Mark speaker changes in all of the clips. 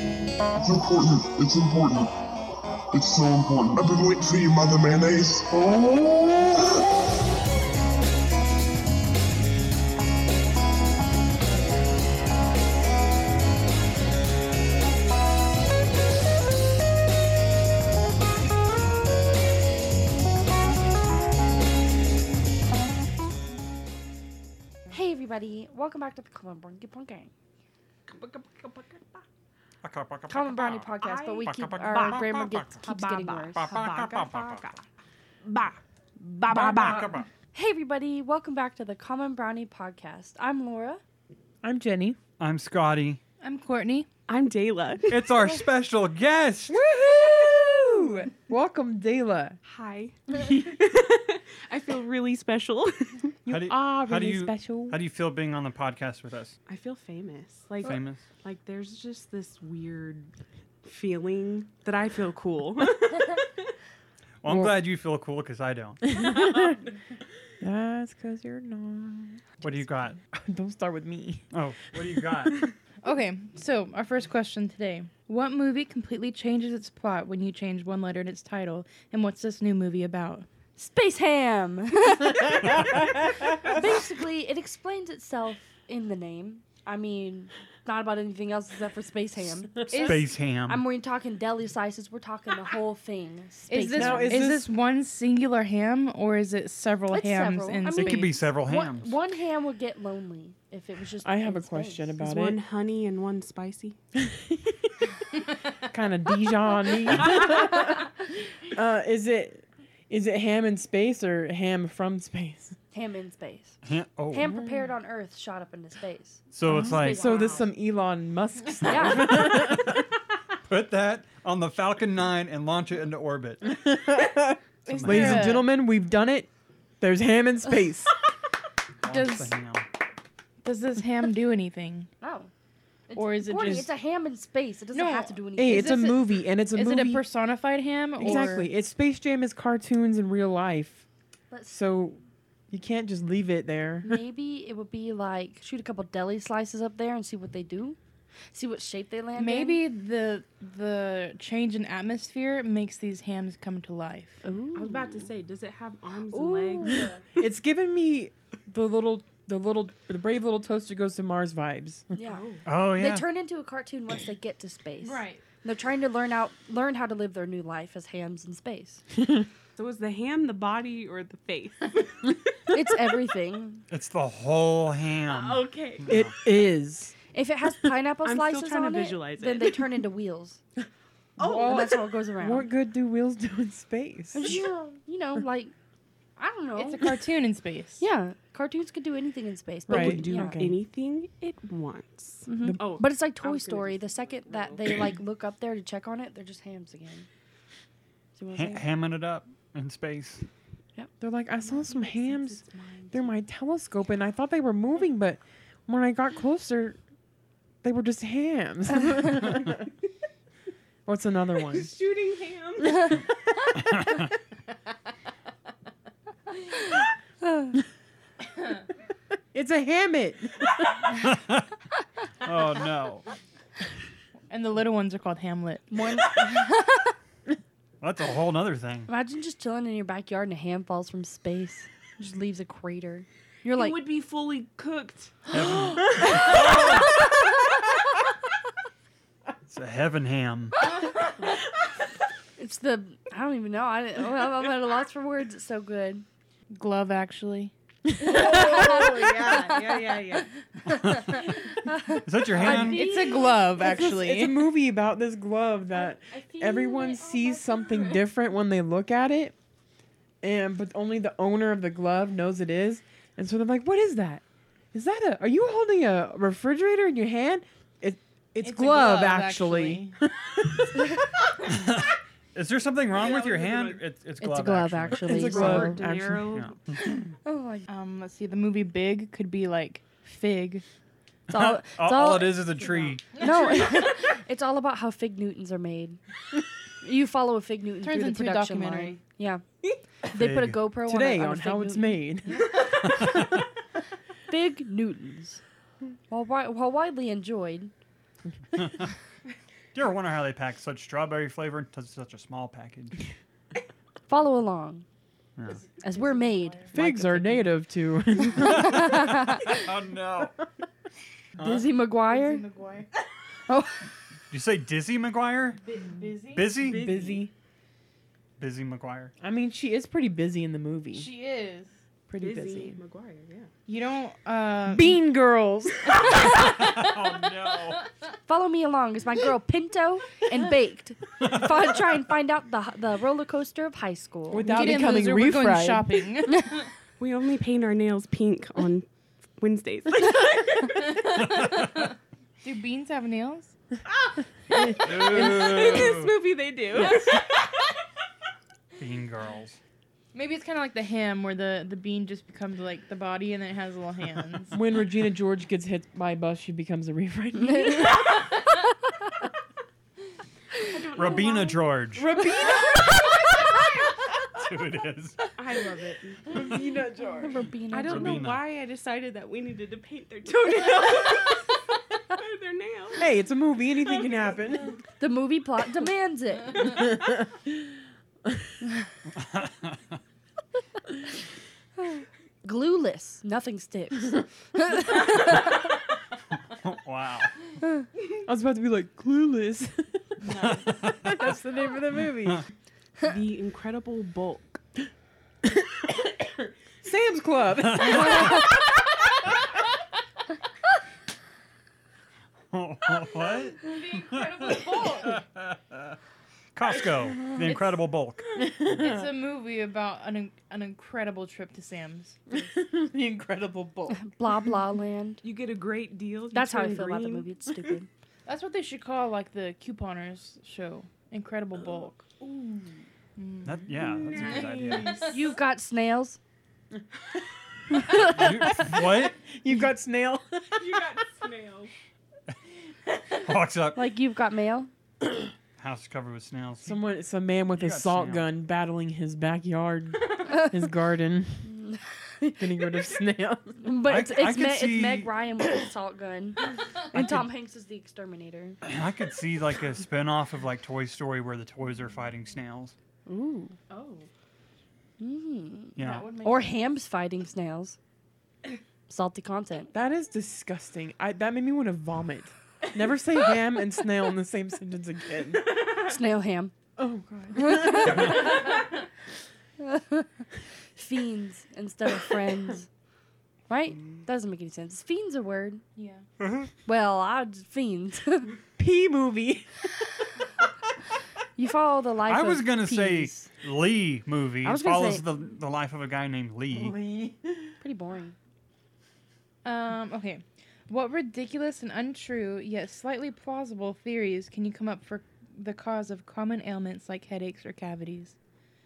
Speaker 1: It's important. It's important. It's so important. I've been waiting for you, Mother Mayonnaise.
Speaker 2: Hey everybody, welcome back to the Common Brownie Podcast. Common Brownie Podcast, but we keep our grammar get, keeps getting worse.
Speaker 3: Ba. Ba ba ba.
Speaker 2: Hey everybody, welcome back to the Common Brownie Podcast. I'm Laura.
Speaker 3: I'm Jenny.
Speaker 4: I'm Scotty.
Speaker 5: I'm Courtney.
Speaker 6: I'm Dayla.
Speaker 4: It's our special guest.
Speaker 3: Woohoo! Welcome, Dayla.
Speaker 6: Hi. I feel really special.
Speaker 4: How do you,
Speaker 6: are
Speaker 4: how do
Speaker 6: really
Speaker 4: you-
Speaker 6: special.
Speaker 4: How do you feel being on the podcast with us?
Speaker 6: I feel famous. Like
Speaker 4: Famous.
Speaker 6: like there's just this weird feeling that I feel cool.
Speaker 4: Well, I'm
Speaker 3: Well-
Speaker 4: glad you feel cool because I don't.
Speaker 3: That's because you're not.
Speaker 4: What do you got?
Speaker 3: Don't start with me.
Speaker 4: Oh, what do you got?
Speaker 5: Okay, so our first question today. What movie completely changes its plot when you change one letter in its title? And what's this new movie about?
Speaker 2: Space Ham! Basically, it explains itself in the name. I mean, not about anything else except for Space Ham.
Speaker 4: Space ham.
Speaker 2: I'm we're talking deli slices, we're talking the whole thing. Space
Speaker 5: Is this
Speaker 2: Ham.
Speaker 5: is, this, one singular ham or is it several
Speaker 2: It's
Speaker 5: hams
Speaker 2: several.
Speaker 5: in
Speaker 2: I mean-
Speaker 4: it
Speaker 5: space?
Speaker 4: could be several
Speaker 2: one,
Speaker 4: hams.
Speaker 2: one ham would get lonely if it was just.
Speaker 3: I have
Speaker 2: in
Speaker 3: a
Speaker 2: space.
Speaker 3: question
Speaker 6: Is
Speaker 3: about
Speaker 6: one
Speaker 3: it.
Speaker 6: honey and one spicy?
Speaker 3: Kind of Dijon. uh, is it is it ham in space or ham from space?
Speaker 2: Ham in space.
Speaker 4: Ham- oh,
Speaker 2: Ham prepared on Earth, shot up into space.
Speaker 4: so it's like
Speaker 3: So this
Speaker 2: Wow.
Speaker 3: some Elon Musk stuff.
Speaker 2: Yeah.
Speaker 4: put that on the Falcon 9 and launch it into orbit.
Speaker 5: Is
Speaker 3: Ladies
Speaker 5: there
Speaker 3: and
Speaker 5: a-
Speaker 3: gentlemen, we've done it. There's ham in space.
Speaker 4: Launch
Speaker 5: Does-
Speaker 4: the ham.
Speaker 5: Does this ham do anything?
Speaker 2: no. It's,
Speaker 5: Or is it
Speaker 2: Courtney,
Speaker 5: just-
Speaker 2: It's a ham in space. It doesn't
Speaker 5: No.
Speaker 2: have to do anything.
Speaker 3: hey,
Speaker 5: Is
Speaker 3: it's a
Speaker 5: this a-
Speaker 3: movie, and it's a
Speaker 5: is
Speaker 3: movie.
Speaker 5: it a personified ham? Or
Speaker 3: Exactly. It's Space Jam is cartoons in real life.
Speaker 2: Let's-
Speaker 3: So you can't just leave it there.
Speaker 2: Maybe it would be like shoot a couple deli slices up there and see what they do, see what shape they land. in.
Speaker 5: Maybe the the change in atmosphere makes these hams come to life.
Speaker 6: I was about to say, does it have arms and legs?
Speaker 2: Ooh.
Speaker 3: it's given me the little the little the brave little toaster goes to Mars vibes.
Speaker 2: yeah.
Speaker 4: Oh, yeah.
Speaker 2: They turn into a cartoon once they get to space. They're trying to learn out learn how to live their new life as hams in space.
Speaker 6: So is the ham the body or the face?
Speaker 2: It's everything.
Speaker 4: it's the whole ham.
Speaker 6: okay.
Speaker 3: It is.
Speaker 2: If it has pineapple
Speaker 6: I'm still
Speaker 2: slices
Speaker 6: trying to
Speaker 2: on
Speaker 6: visualize
Speaker 2: it, then
Speaker 6: it.
Speaker 2: they turn into wheels.
Speaker 3: Oh.
Speaker 2: and that's how it goes around.
Speaker 3: What good do wheels do in space?
Speaker 2: you know, like I don't know.
Speaker 5: It's a cartoon in space.
Speaker 2: yeah, cartoons could do anything in space, but
Speaker 3: Right.
Speaker 2: we-
Speaker 3: Would do
Speaker 2: yeah.
Speaker 3: okay.
Speaker 6: Anything it wants. Oh,
Speaker 2: But it's like Toy
Speaker 6: was gonna
Speaker 2: Story.
Speaker 6: just-
Speaker 2: The second that they like look up there to check on it, they're just hams again. See what I'm
Speaker 4: Ha-
Speaker 2: saying?
Speaker 4: hamming it up in space.
Speaker 3: They're like, I saw some hams through my telescope and I thought they were moving, but when I got closer, they were just hams. What's another one?
Speaker 6: shooting ham.
Speaker 3: It's a hammock.
Speaker 4: Oh, no.
Speaker 5: And the little ones are called Hamlet.
Speaker 2: One,
Speaker 4: That's a whole nother thing.
Speaker 2: imagine just chilling in your backyard and a ham falls from space, just leaves a crater. You're like,
Speaker 6: it would be fully cooked.
Speaker 4: It's a heaven ham.
Speaker 2: it's the I don't even know. I didn't, I'm I'm at a loss for words. It's so good.
Speaker 5: Glove, actually.
Speaker 6: yeah, yeah, yeah, yeah.
Speaker 4: Is that your hand?
Speaker 5: It's a glove,
Speaker 3: It's a
Speaker 5: actually.
Speaker 3: movie about this glove that everyone sees something different when they look at it, and but only the owner of the glove knows it is, and so they're like, "What is that? Is that a? Are you holding a refrigerator in your hand? It, it's,
Speaker 5: It's a
Speaker 3: glove,
Speaker 5: glove,
Speaker 3: actually.
Speaker 4: Is there something wrong with your
Speaker 6: was a good
Speaker 4: hand?
Speaker 6: one.
Speaker 4: It's, it's glove.
Speaker 2: It's a glove
Speaker 4: actually.
Speaker 2: actually.
Speaker 3: It's a glove.
Speaker 6: Robert De
Speaker 3: actually,
Speaker 6: Niro.
Speaker 4: yeah.
Speaker 2: Oh my god.
Speaker 5: Um, let's see. The movie Big could be like Fig.
Speaker 2: It's all, it's
Speaker 4: all,
Speaker 2: all-
Speaker 4: all it is is a tree.
Speaker 2: No, it's all about how fig Newtons are made. You follow a fig Newton
Speaker 5: Turns
Speaker 2: through the
Speaker 5: into a
Speaker 2: production
Speaker 5: documentary.
Speaker 2: line. Yeah, they put a
Speaker 4: Fig.
Speaker 2: GoPro
Speaker 3: Today
Speaker 2: on, a,
Speaker 3: on
Speaker 2: a
Speaker 3: how
Speaker 2: fig
Speaker 3: it's
Speaker 2: Newton.
Speaker 3: made.
Speaker 2: Fig Newtons, while, wi- while widely enjoyed,
Speaker 4: Do you ever wonder how they pack such strawberry flavor into such a small package?
Speaker 2: Follow along. As we're made.
Speaker 3: Figs
Speaker 2: like
Speaker 3: are native to.
Speaker 4: oh no! Did
Speaker 2: a- Dizzy McGuire.
Speaker 4: you say Dizzy McGuire?
Speaker 5: busy.
Speaker 4: Busy? Busy,
Speaker 3: busy.
Speaker 4: McGuire.
Speaker 3: I mean, she is pretty busy in the movie.
Speaker 5: She is.
Speaker 3: pretty
Speaker 6: Busy,
Speaker 3: busy.
Speaker 6: McGuire, yeah.
Speaker 5: You don't. Uh,
Speaker 3: Bean Girls.
Speaker 4: oh no!
Speaker 2: Follow me along is my girl Pinto and Baked. Fi- try and find out the the roller coaster of high school.
Speaker 3: Without
Speaker 5: get in,
Speaker 3: becoming
Speaker 5: loser, we're going
Speaker 3: refried.
Speaker 5: shopping.
Speaker 6: We only paint our nails pink on Wednesdays.
Speaker 5: Do beans have nails?
Speaker 6: this
Speaker 4: Ooh.
Speaker 6: movie, they do.
Speaker 4: Bean girls.
Speaker 5: Maybe it's kind of like the ham, where the the bean just becomes like the body, and then it has little hands.
Speaker 3: when Regina George gets hit by a bus, she becomes a refried.
Speaker 4: Rabina George.
Speaker 3: Rabina,
Speaker 4: That's who it is.
Speaker 6: I love it.
Speaker 3: Rabina George.
Speaker 6: I don't know
Speaker 4: Verbena.
Speaker 6: why I decided that we needed to paint their toenails. Or their nails.
Speaker 3: Hey, it's a movie. Anything can happen.
Speaker 2: The movie plot demands it. Glueless, nothing sticks.
Speaker 4: wow.
Speaker 3: I was about to be like clueless. That's the name of the movie.
Speaker 6: The Incredible Bulk.
Speaker 3: Sam's Club.
Speaker 4: what? Costco. The Incredible Bulk.
Speaker 5: it's a movie about an an incredible trip to Sam's.
Speaker 3: the Incredible Bulk.
Speaker 2: Blah blah land.
Speaker 6: You get a great deal. you
Speaker 2: That's how I
Speaker 6: turn
Speaker 2: feel about the
Speaker 6: green.
Speaker 2: movie. It's stupid.
Speaker 5: That's what they should call like the couponers show. Incredible bulk.
Speaker 4: That, yeah, that's a good idea.
Speaker 2: You've got snails.
Speaker 4: You- what?
Speaker 3: You've got snail.
Speaker 6: You got snails.
Speaker 4: Walks up.
Speaker 2: Like you've got mail.
Speaker 4: House is covered with snails.
Speaker 3: Someone, it's a man with
Speaker 4: You
Speaker 3: a
Speaker 4: got
Speaker 3: salt
Speaker 4: snail.
Speaker 3: gun battling his backyard, his garden, getting rid of snails.
Speaker 2: But
Speaker 4: I-
Speaker 2: it's
Speaker 4: I
Speaker 2: it's,
Speaker 4: could
Speaker 2: Me- it's
Speaker 4: see-
Speaker 2: Meg Ryan with a salt gun. And Tom Hanks is the exterminator.
Speaker 4: I could see like a spin off of like Toy Story where the toys are fighting snails.
Speaker 2: Ooh.
Speaker 5: Oh,
Speaker 4: Yeah.
Speaker 5: that would make.
Speaker 2: Or hams fighting snails. Salty content.
Speaker 3: That is disgusting. I that made me want to vomit. Never say ham and snail in the same sentence again.
Speaker 2: Snail ham.
Speaker 3: Oh god.
Speaker 2: Fiends instead of friends. Right? That doesn't make any sense. Is fiends a word?
Speaker 5: yeah.
Speaker 2: Well, I fiends.
Speaker 3: P movie.
Speaker 2: you follow the life.
Speaker 4: I
Speaker 2: of
Speaker 4: was gonna
Speaker 2: peas.
Speaker 4: say Lee movie
Speaker 2: I was gonna
Speaker 4: follows
Speaker 2: say-
Speaker 4: the the life of a guy named Lee.
Speaker 2: pretty boring.
Speaker 5: Um. Okay. What ridiculous and untrue, yet slightly plausible theories can you come up for the cause of common ailments like headaches or cavities?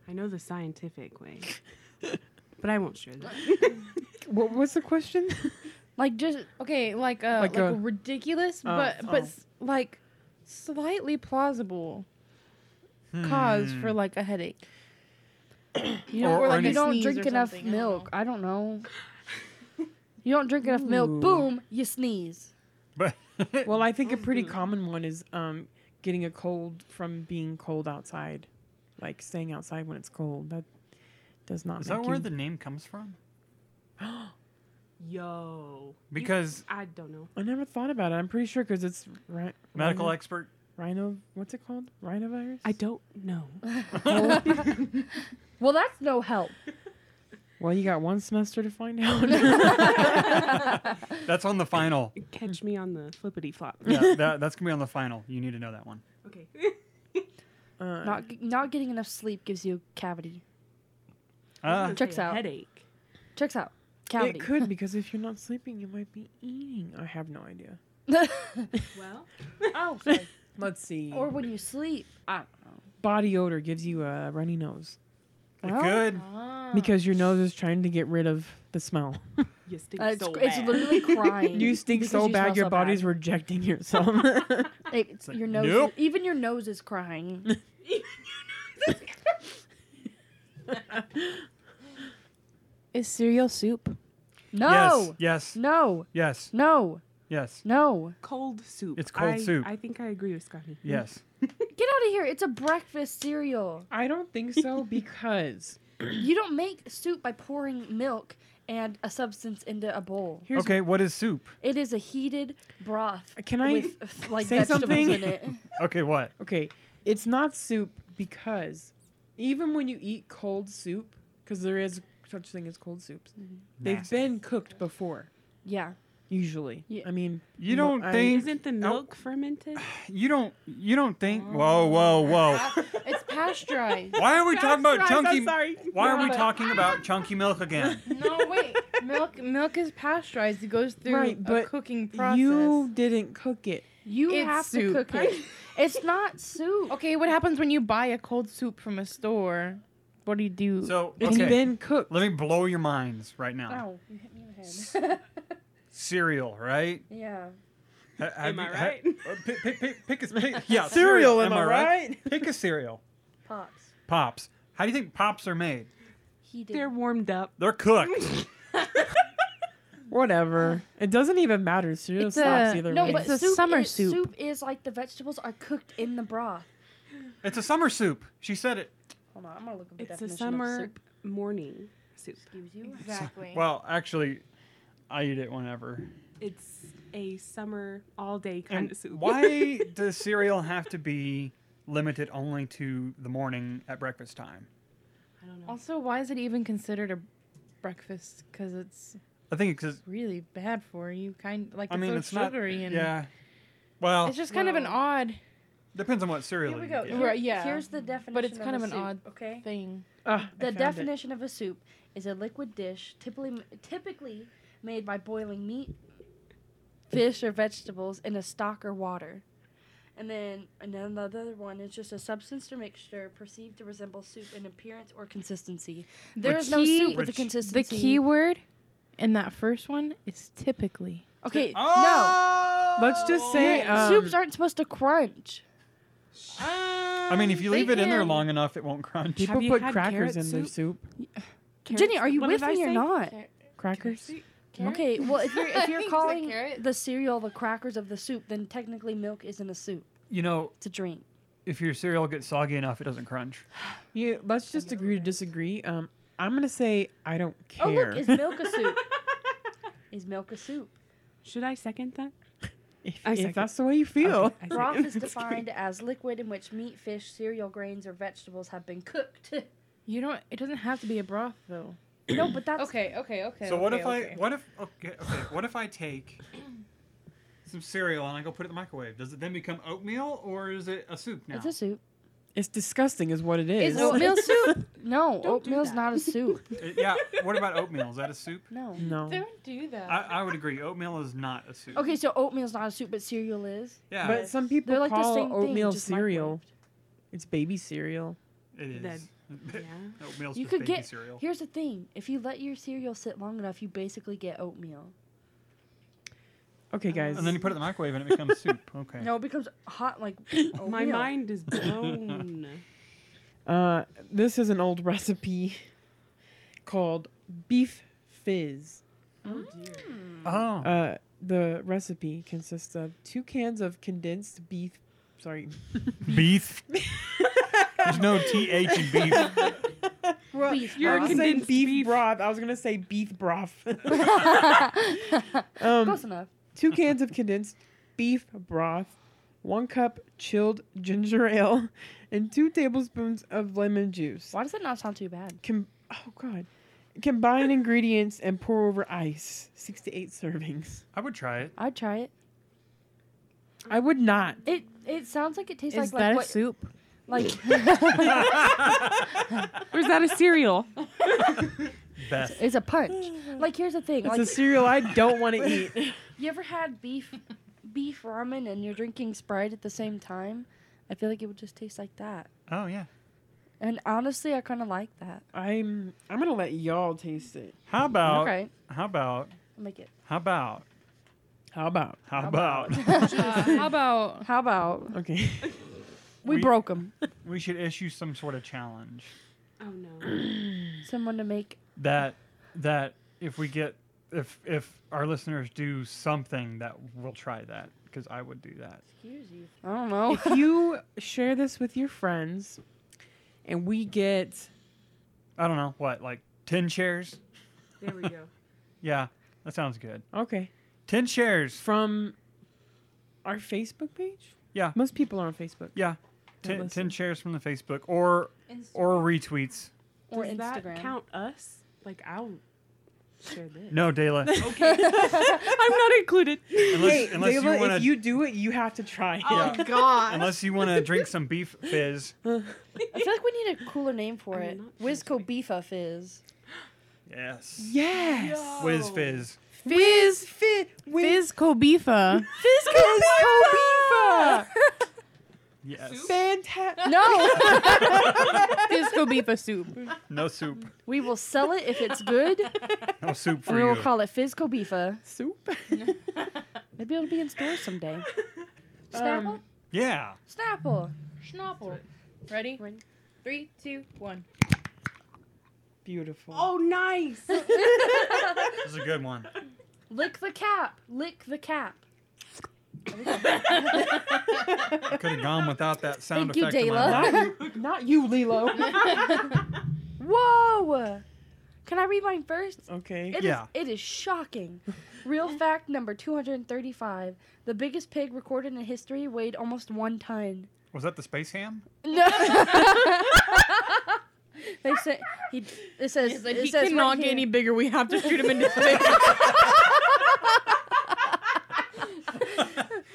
Speaker 6: I know the scientific way, but I won't share that.
Speaker 3: What was the question?
Speaker 2: Like just
Speaker 5: Okay, like uh,
Speaker 3: Like
Speaker 5: like,
Speaker 3: a-
Speaker 5: ridiculous,
Speaker 2: uh,
Speaker 3: Oh,
Speaker 5: but but
Speaker 3: oh.
Speaker 5: s like slightly plausible cause for like a headache. You
Speaker 4: Or- or an
Speaker 2: Hmm. you
Speaker 5: a
Speaker 2: don't
Speaker 5: sneeze
Speaker 2: drink
Speaker 5: or
Speaker 2: enough
Speaker 5: something, I don't
Speaker 2: milk. I don't know. You don't drink enough
Speaker 3: Ooh.
Speaker 2: milk. Boom, you sneeze.
Speaker 4: But
Speaker 3: Well, I think a pretty common one is um getting a cold from being cold outside, like staying outside when it's cold. That does not.
Speaker 4: is
Speaker 3: make
Speaker 4: that where
Speaker 3: you-
Speaker 4: the name comes from?
Speaker 6: Yo,
Speaker 4: Because
Speaker 6: I don't know.
Speaker 3: I never thought about it. I'm pretty sure because it's ri-
Speaker 4: medical
Speaker 3: rhino,
Speaker 4: expert
Speaker 3: rhino. What's it called? Rhinovirus.
Speaker 6: I don't know.
Speaker 2: Well, that's no help.
Speaker 3: well, you got one semester to find out.
Speaker 4: that's on the final.
Speaker 6: Catch me on the flippity flop.
Speaker 4: yeah, that, that's gonna be on the final. You need to know that one.
Speaker 6: Okay.
Speaker 3: Uh,
Speaker 2: Not g- not getting enough sleep gives you cavity.
Speaker 4: Uh,
Speaker 2: Checks
Speaker 6: Say a
Speaker 2: out.
Speaker 6: Headache.
Speaker 2: Checks out cavity.
Speaker 3: It could because if you're not sleeping, you might be eating. I have no idea.
Speaker 6: Well,
Speaker 2: oh, sorry.
Speaker 3: Let's see.
Speaker 2: or
Speaker 3: Or
Speaker 2: when you sleep. I don't know.
Speaker 3: body odor gives you a runny nose
Speaker 4: it
Speaker 2: Well,
Speaker 4: could.
Speaker 5: Ah.
Speaker 3: because your nose is trying to get rid of the smell.
Speaker 6: you stink
Speaker 2: Uh, it's,
Speaker 6: so
Speaker 2: it's
Speaker 6: bad.
Speaker 2: literally crying.
Speaker 3: You stink
Speaker 2: because
Speaker 3: so
Speaker 2: you smell
Speaker 3: bad, your
Speaker 2: so
Speaker 3: body's
Speaker 2: bad.
Speaker 3: rejecting yourself.
Speaker 2: It- it's-
Speaker 4: like,
Speaker 2: your nose.
Speaker 4: nope.
Speaker 2: Even your nose is crying.
Speaker 5: is cereal soup?
Speaker 2: No,
Speaker 4: Yes. Yes.
Speaker 2: no,
Speaker 4: Yes.
Speaker 2: no.
Speaker 4: Yes.
Speaker 2: No.
Speaker 6: Cold soup.
Speaker 4: It's cold
Speaker 6: I-
Speaker 4: soup.
Speaker 6: I think I agree with Scotty.
Speaker 4: Yes.
Speaker 2: Get out of here. It's a breakfast cereal.
Speaker 3: I don't think so because
Speaker 2: You don't make soup by pouring milk and a substance into a bowl.
Speaker 3: here's
Speaker 4: okay, what is soup?
Speaker 2: It is a heated broth.
Speaker 3: Can I
Speaker 2: with, uh, like
Speaker 3: say
Speaker 2: vegetables
Speaker 3: something?
Speaker 2: in it?
Speaker 4: Okay, what?
Speaker 3: Okay, it's not soup because even when you eat cold soup, because there is such thing as cold soups, they've
Speaker 4: Nasty.
Speaker 3: been cooked before.
Speaker 2: Yeah.
Speaker 3: Usually,
Speaker 2: Yeah.
Speaker 3: I mean,
Speaker 4: You
Speaker 3: mo-
Speaker 4: don't
Speaker 3: I-
Speaker 4: think
Speaker 6: Isn't the milk fermented?
Speaker 4: you don't you don't think Whoa, whoa, whoa.
Speaker 5: It's pasteurized.
Speaker 4: Why are we talking about
Speaker 3: Oh. Guys, I'm
Speaker 4: chunky
Speaker 3: sorry.
Speaker 4: Why are we talking about chunky milk again?
Speaker 5: no, wait. Milk milk is pasteurized. It goes through
Speaker 3: Right,
Speaker 5: a
Speaker 3: but
Speaker 5: cooking process.
Speaker 3: You didn't cook it.
Speaker 2: You
Speaker 5: It's
Speaker 2: have
Speaker 5: soup.
Speaker 2: to cook it. it's not soup.
Speaker 5: Okay, what happens when you buy a cold soup from a store? What do you do?
Speaker 4: So
Speaker 3: It's
Speaker 4: okay,
Speaker 3: been cooked.
Speaker 4: let me blow your minds right now.
Speaker 2: Ow, you hit me in the head.
Speaker 4: Cereal, right?
Speaker 2: yeah.
Speaker 4: Ha- have
Speaker 6: Am I
Speaker 4: you-
Speaker 6: right?
Speaker 4: ha- uh, pick, pick, pick, pick a pick, yeah,
Speaker 3: Cereal, am I right?
Speaker 4: Pick a cereal.
Speaker 2: Pops.
Speaker 4: Pops. How do you think pops are made?
Speaker 2: Heated.
Speaker 6: They're warmed up.
Speaker 4: They're cooked.
Speaker 3: Whatever. It doesn't even matter. Cereal
Speaker 5: It's
Speaker 3: slaps
Speaker 5: a-
Speaker 3: either
Speaker 2: no,
Speaker 3: way.
Speaker 2: but
Speaker 5: It's a
Speaker 2: soup
Speaker 5: summer
Speaker 2: is,
Speaker 5: soup.
Speaker 2: Soup is like the vegetables are cooked in the broth.
Speaker 4: It's a summer soup. She said it.
Speaker 2: Hold on, I'm gonna look up the
Speaker 6: It's a
Speaker 2: definition of
Speaker 6: summer
Speaker 2: soup.
Speaker 6: morning soup.
Speaker 2: Excuse you.
Speaker 5: exactly.
Speaker 4: Well, actually, I eat it whenever.
Speaker 6: It's a summer all day kind
Speaker 4: And
Speaker 6: of soup.
Speaker 4: why does cereal have to be limited only to the morning at breakfast time?
Speaker 6: I don't know.
Speaker 5: also, why is it even considered a breakfast? Because it's
Speaker 4: I think because
Speaker 5: really bad for you. Kind like
Speaker 4: I
Speaker 5: it's
Speaker 4: mean
Speaker 5: so
Speaker 4: it's not
Speaker 5: sugary and
Speaker 4: yeah. Well,
Speaker 5: it's just kind of an
Speaker 2: Well.
Speaker 5: odd
Speaker 4: depends on what cereal.
Speaker 2: Here we
Speaker 4: you
Speaker 2: go.
Speaker 4: get.
Speaker 5: Right, yeah.
Speaker 2: Here's the definition.
Speaker 5: But it's kind
Speaker 2: a
Speaker 5: of an
Speaker 2: soup,
Speaker 5: odd
Speaker 2: Okay.
Speaker 5: thing.
Speaker 3: Ah, I
Speaker 2: The
Speaker 3: found it.
Speaker 2: definition of a soup is a liquid dish typically typically made by boiling meat, fish, or vegetables in a stock or water. And then another one is just a substance or mixture perceived to resemble soup in appearance or consistency. There is no
Speaker 5: key-
Speaker 2: soup with a
Speaker 4: Which-
Speaker 5: The
Speaker 2: consistency.
Speaker 5: key word in that first one is typically.
Speaker 2: Okay,
Speaker 4: Oh!
Speaker 3: Let's just say
Speaker 2: no.
Speaker 3: um,
Speaker 2: Soups aren't supposed to crunch.
Speaker 4: I mean, if you leave it in there
Speaker 5: can.
Speaker 4: long enough, it won't crunch.
Speaker 3: People
Speaker 6: Have you
Speaker 3: put
Speaker 6: had
Speaker 3: crackers
Speaker 6: carrot
Speaker 3: in their
Speaker 6: soup?
Speaker 3: soup.
Speaker 2: Jenny, are you
Speaker 6: What
Speaker 2: with
Speaker 6: did I
Speaker 2: me or
Speaker 6: say?
Speaker 2: not?
Speaker 3: Crackers.
Speaker 2: Okay, well if you're if
Speaker 5: Is
Speaker 2: you're
Speaker 5: it
Speaker 2: calling
Speaker 5: carrot?
Speaker 2: the cereal the crackers of the soup, then technically milk isn't a soup.
Speaker 4: You know,
Speaker 2: It's a drink.
Speaker 4: if your cereal gets soggy enough, it doesn't crunch.
Speaker 3: Yeah, let's just agree to disagree. Um, I'm gonna say I don't care.
Speaker 2: Oh look, is milk a soup? is milk a soup?
Speaker 6: Should I second that?
Speaker 3: if,
Speaker 6: I
Speaker 3: if
Speaker 6: second.
Speaker 3: that's the way you feel.
Speaker 6: Okay, I second.
Speaker 2: Broth is defined as liquid in which meat, fish, cereal, grains, or vegetables have been cooked.
Speaker 5: You don't. It doesn't have to be a broth though.
Speaker 2: no, but that's
Speaker 5: Okay. Okay. Okay.
Speaker 4: So what
Speaker 5: okay,
Speaker 4: if
Speaker 5: okay.
Speaker 4: I what if okay okay what if I take some cereal and I go put it in the microwave? Does it then become oatmeal or is it a soup now?
Speaker 2: It's a soup.
Speaker 3: It's disgusting, is what it is.
Speaker 2: Is oatmeal soup? No,
Speaker 6: Don't do
Speaker 2: oatmeal's
Speaker 6: that.
Speaker 2: not a soup.
Speaker 4: It- yeah. What about oatmeal? Is that a soup?
Speaker 2: No.
Speaker 3: no.
Speaker 5: Don't do that.
Speaker 4: I, I would agree. Oatmeal is not a soup.
Speaker 2: Okay, so oatmeal's not a soup, but cereal is.
Speaker 4: Yeah.
Speaker 3: But some people
Speaker 2: They're like the
Speaker 3: call
Speaker 2: same thing.
Speaker 3: oatmeal
Speaker 2: just
Speaker 3: cereal.
Speaker 2: microwaved.
Speaker 3: It's baby cereal.
Speaker 4: it is.
Speaker 6: Yeah.
Speaker 4: Oatmeal's
Speaker 2: You
Speaker 4: just
Speaker 2: could
Speaker 4: baby
Speaker 2: get.
Speaker 4: cereal.
Speaker 2: Here's the thing: if you let your cereal sit long enough, you basically get oatmeal. Uh-huh.
Speaker 3: Okay, guys.
Speaker 4: And then you put it in the microwave and it becomes soup. Okay.
Speaker 2: No, it becomes hot like
Speaker 4: Oh,
Speaker 2: oatmeal.
Speaker 6: My mind is blown.
Speaker 3: uh, this is an old recipe called beef fizz. Mm.
Speaker 6: oh dear.
Speaker 4: Oh.
Speaker 3: Uh, the recipe consists of two cans of condensed beef. Sorry,
Speaker 4: beef. There's no th in beef.
Speaker 2: Beef
Speaker 6: You're
Speaker 3: I
Speaker 6: a
Speaker 2: broth.
Speaker 3: was gonna say
Speaker 6: condensed
Speaker 3: beef,
Speaker 6: beef.
Speaker 3: broth. I was gonna say beef broth. um,
Speaker 2: Close enough.
Speaker 3: two cans of condensed beef broth, one cup chilled ginger ale, and two tablespoons of lemon juice.
Speaker 2: Why does that not sound too bad?
Speaker 3: Com- oh God. Combine ingredients and pour over ice. Six to eight servings.
Speaker 4: I would try it.
Speaker 2: I'd try it.
Speaker 3: I would not.
Speaker 2: It it sounds like it tastes
Speaker 5: Is
Speaker 2: like like
Speaker 5: that a
Speaker 2: what,
Speaker 5: soup?
Speaker 2: like
Speaker 6: Or is that a cereal?
Speaker 4: Beth.
Speaker 2: it's a punch. Like here's the thing.
Speaker 3: It's
Speaker 2: Like
Speaker 3: a cereal I don't want to eat.
Speaker 2: you ever had beef beef ramen and you're drinking Sprite at the same time? I feel like it would just taste like that.
Speaker 4: Oh yeah.
Speaker 2: And honestly, I kind of like that.
Speaker 3: I'm I'm gonna let y'all taste it.
Speaker 4: How about?
Speaker 2: Okay,
Speaker 4: How about?
Speaker 2: I'll make it.
Speaker 4: How about?
Speaker 3: How about?
Speaker 4: How about?
Speaker 5: how about
Speaker 2: How about
Speaker 3: Okay.
Speaker 2: we,
Speaker 4: We-
Speaker 2: broke 'em? broke
Speaker 4: we should issue some sort of challenge
Speaker 6: Oh no.
Speaker 2: them? Someone to make
Speaker 4: that that if we get if if our listeners do something that we'll try that because I would do that.
Speaker 2: Excuse you. I don't know.
Speaker 3: if you share this with your friends and we get
Speaker 4: I don't know what like ten shares.
Speaker 6: There we go.
Speaker 4: Yeah, that sounds good.
Speaker 3: okay
Speaker 4: Ten shares.
Speaker 3: from our facebook page
Speaker 4: Yeah.
Speaker 3: most people are on facebook
Speaker 4: Yeah,
Speaker 3: Yeah,
Speaker 4: ten,
Speaker 3: listen.
Speaker 4: ten shares from the Facebook or or retweets.
Speaker 2: or
Speaker 6: Does
Speaker 2: Instagram.
Speaker 6: that count us? Like I'll share this.
Speaker 4: No, Dayla.
Speaker 3: i'm not included
Speaker 4: Unless,
Speaker 3: Wait,
Speaker 4: unless you
Speaker 3: Layla,
Speaker 4: want
Speaker 3: if
Speaker 4: to
Speaker 3: you do it you have to try it
Speaker 4: Yeah.
Speaker 6: Oh God.
Speaker 4: unless you want to drink some beef fizz.
Speaker 3: uh,
Speaker 2: I feel like we need a cooler name for
Speaker 6: I'm
Speaker 2: it.
Speaker 6: not sure it's
Speaker 2: Wizco Beefa Fizz.
Speaker 4: Yes.
Speaker 3: yes
Speaker 4: Whiz fizz.
Speaker 5: Fizz,
Speaker 3: fit
Speaker 5: Fizz Cobifa.
Speaker 3: Cobifa!
Speaker 4: Yes.
Speaker 3: Fantastic.
Speaker 2: No,
Speaker 5: Fizz Cobifa soup.
Speaker 4: No soup.
Speaker 2: we will sell it if it's good,
Speaker 4: No soup
Speaker 2: and
Speaker 4: for
Speaker 2: we will
Speaker 4: you.
Speaker 2: call it Fizco Beefa.
Speaker 3: Soup.
Speaker 2: Maybe it'll be in stores someday. Snapple,
Speaker 3: Um,
Speaker 4: yeah.
Speaker 2: Snapple.
Speaker 5: Schnapple. Ready? Three, two, one.
Speaker 3: Beautiful.
Speaker 6: Oh, nice.
Speaker 4: This is a good one.
Speaker 2: Lick the cap. Lick the cap.
Speaker 4: I could have gone without that sound
Speaker 2: Thank you,
Speaker 4: effect. in my
Speaker 2: Dayla.
Speaker 4: life.
Speaker 3: Not you, not you, Lilo.
Speaker 2: Whoa! Can I read mine first?
Speaker 3: okay.
Speaker 2: It is
Speaker 4: Yeah.
Speaker 2: it is shocking. Real fact number 235. The biggest pig recorded in history weighed almost one ton.
Speaker 4: Was that the space ham?
Speaker 2: No. they said he. It says
Speaker 5: He's like,
Speaker 2: it
Speaker 5: he
Speaker 2: says
Speaker 5: cannot
Speaker 2: right
Speaker 5: get
Speaker 2: here.
Speaker 5: any bigger. We have to shoot him into space.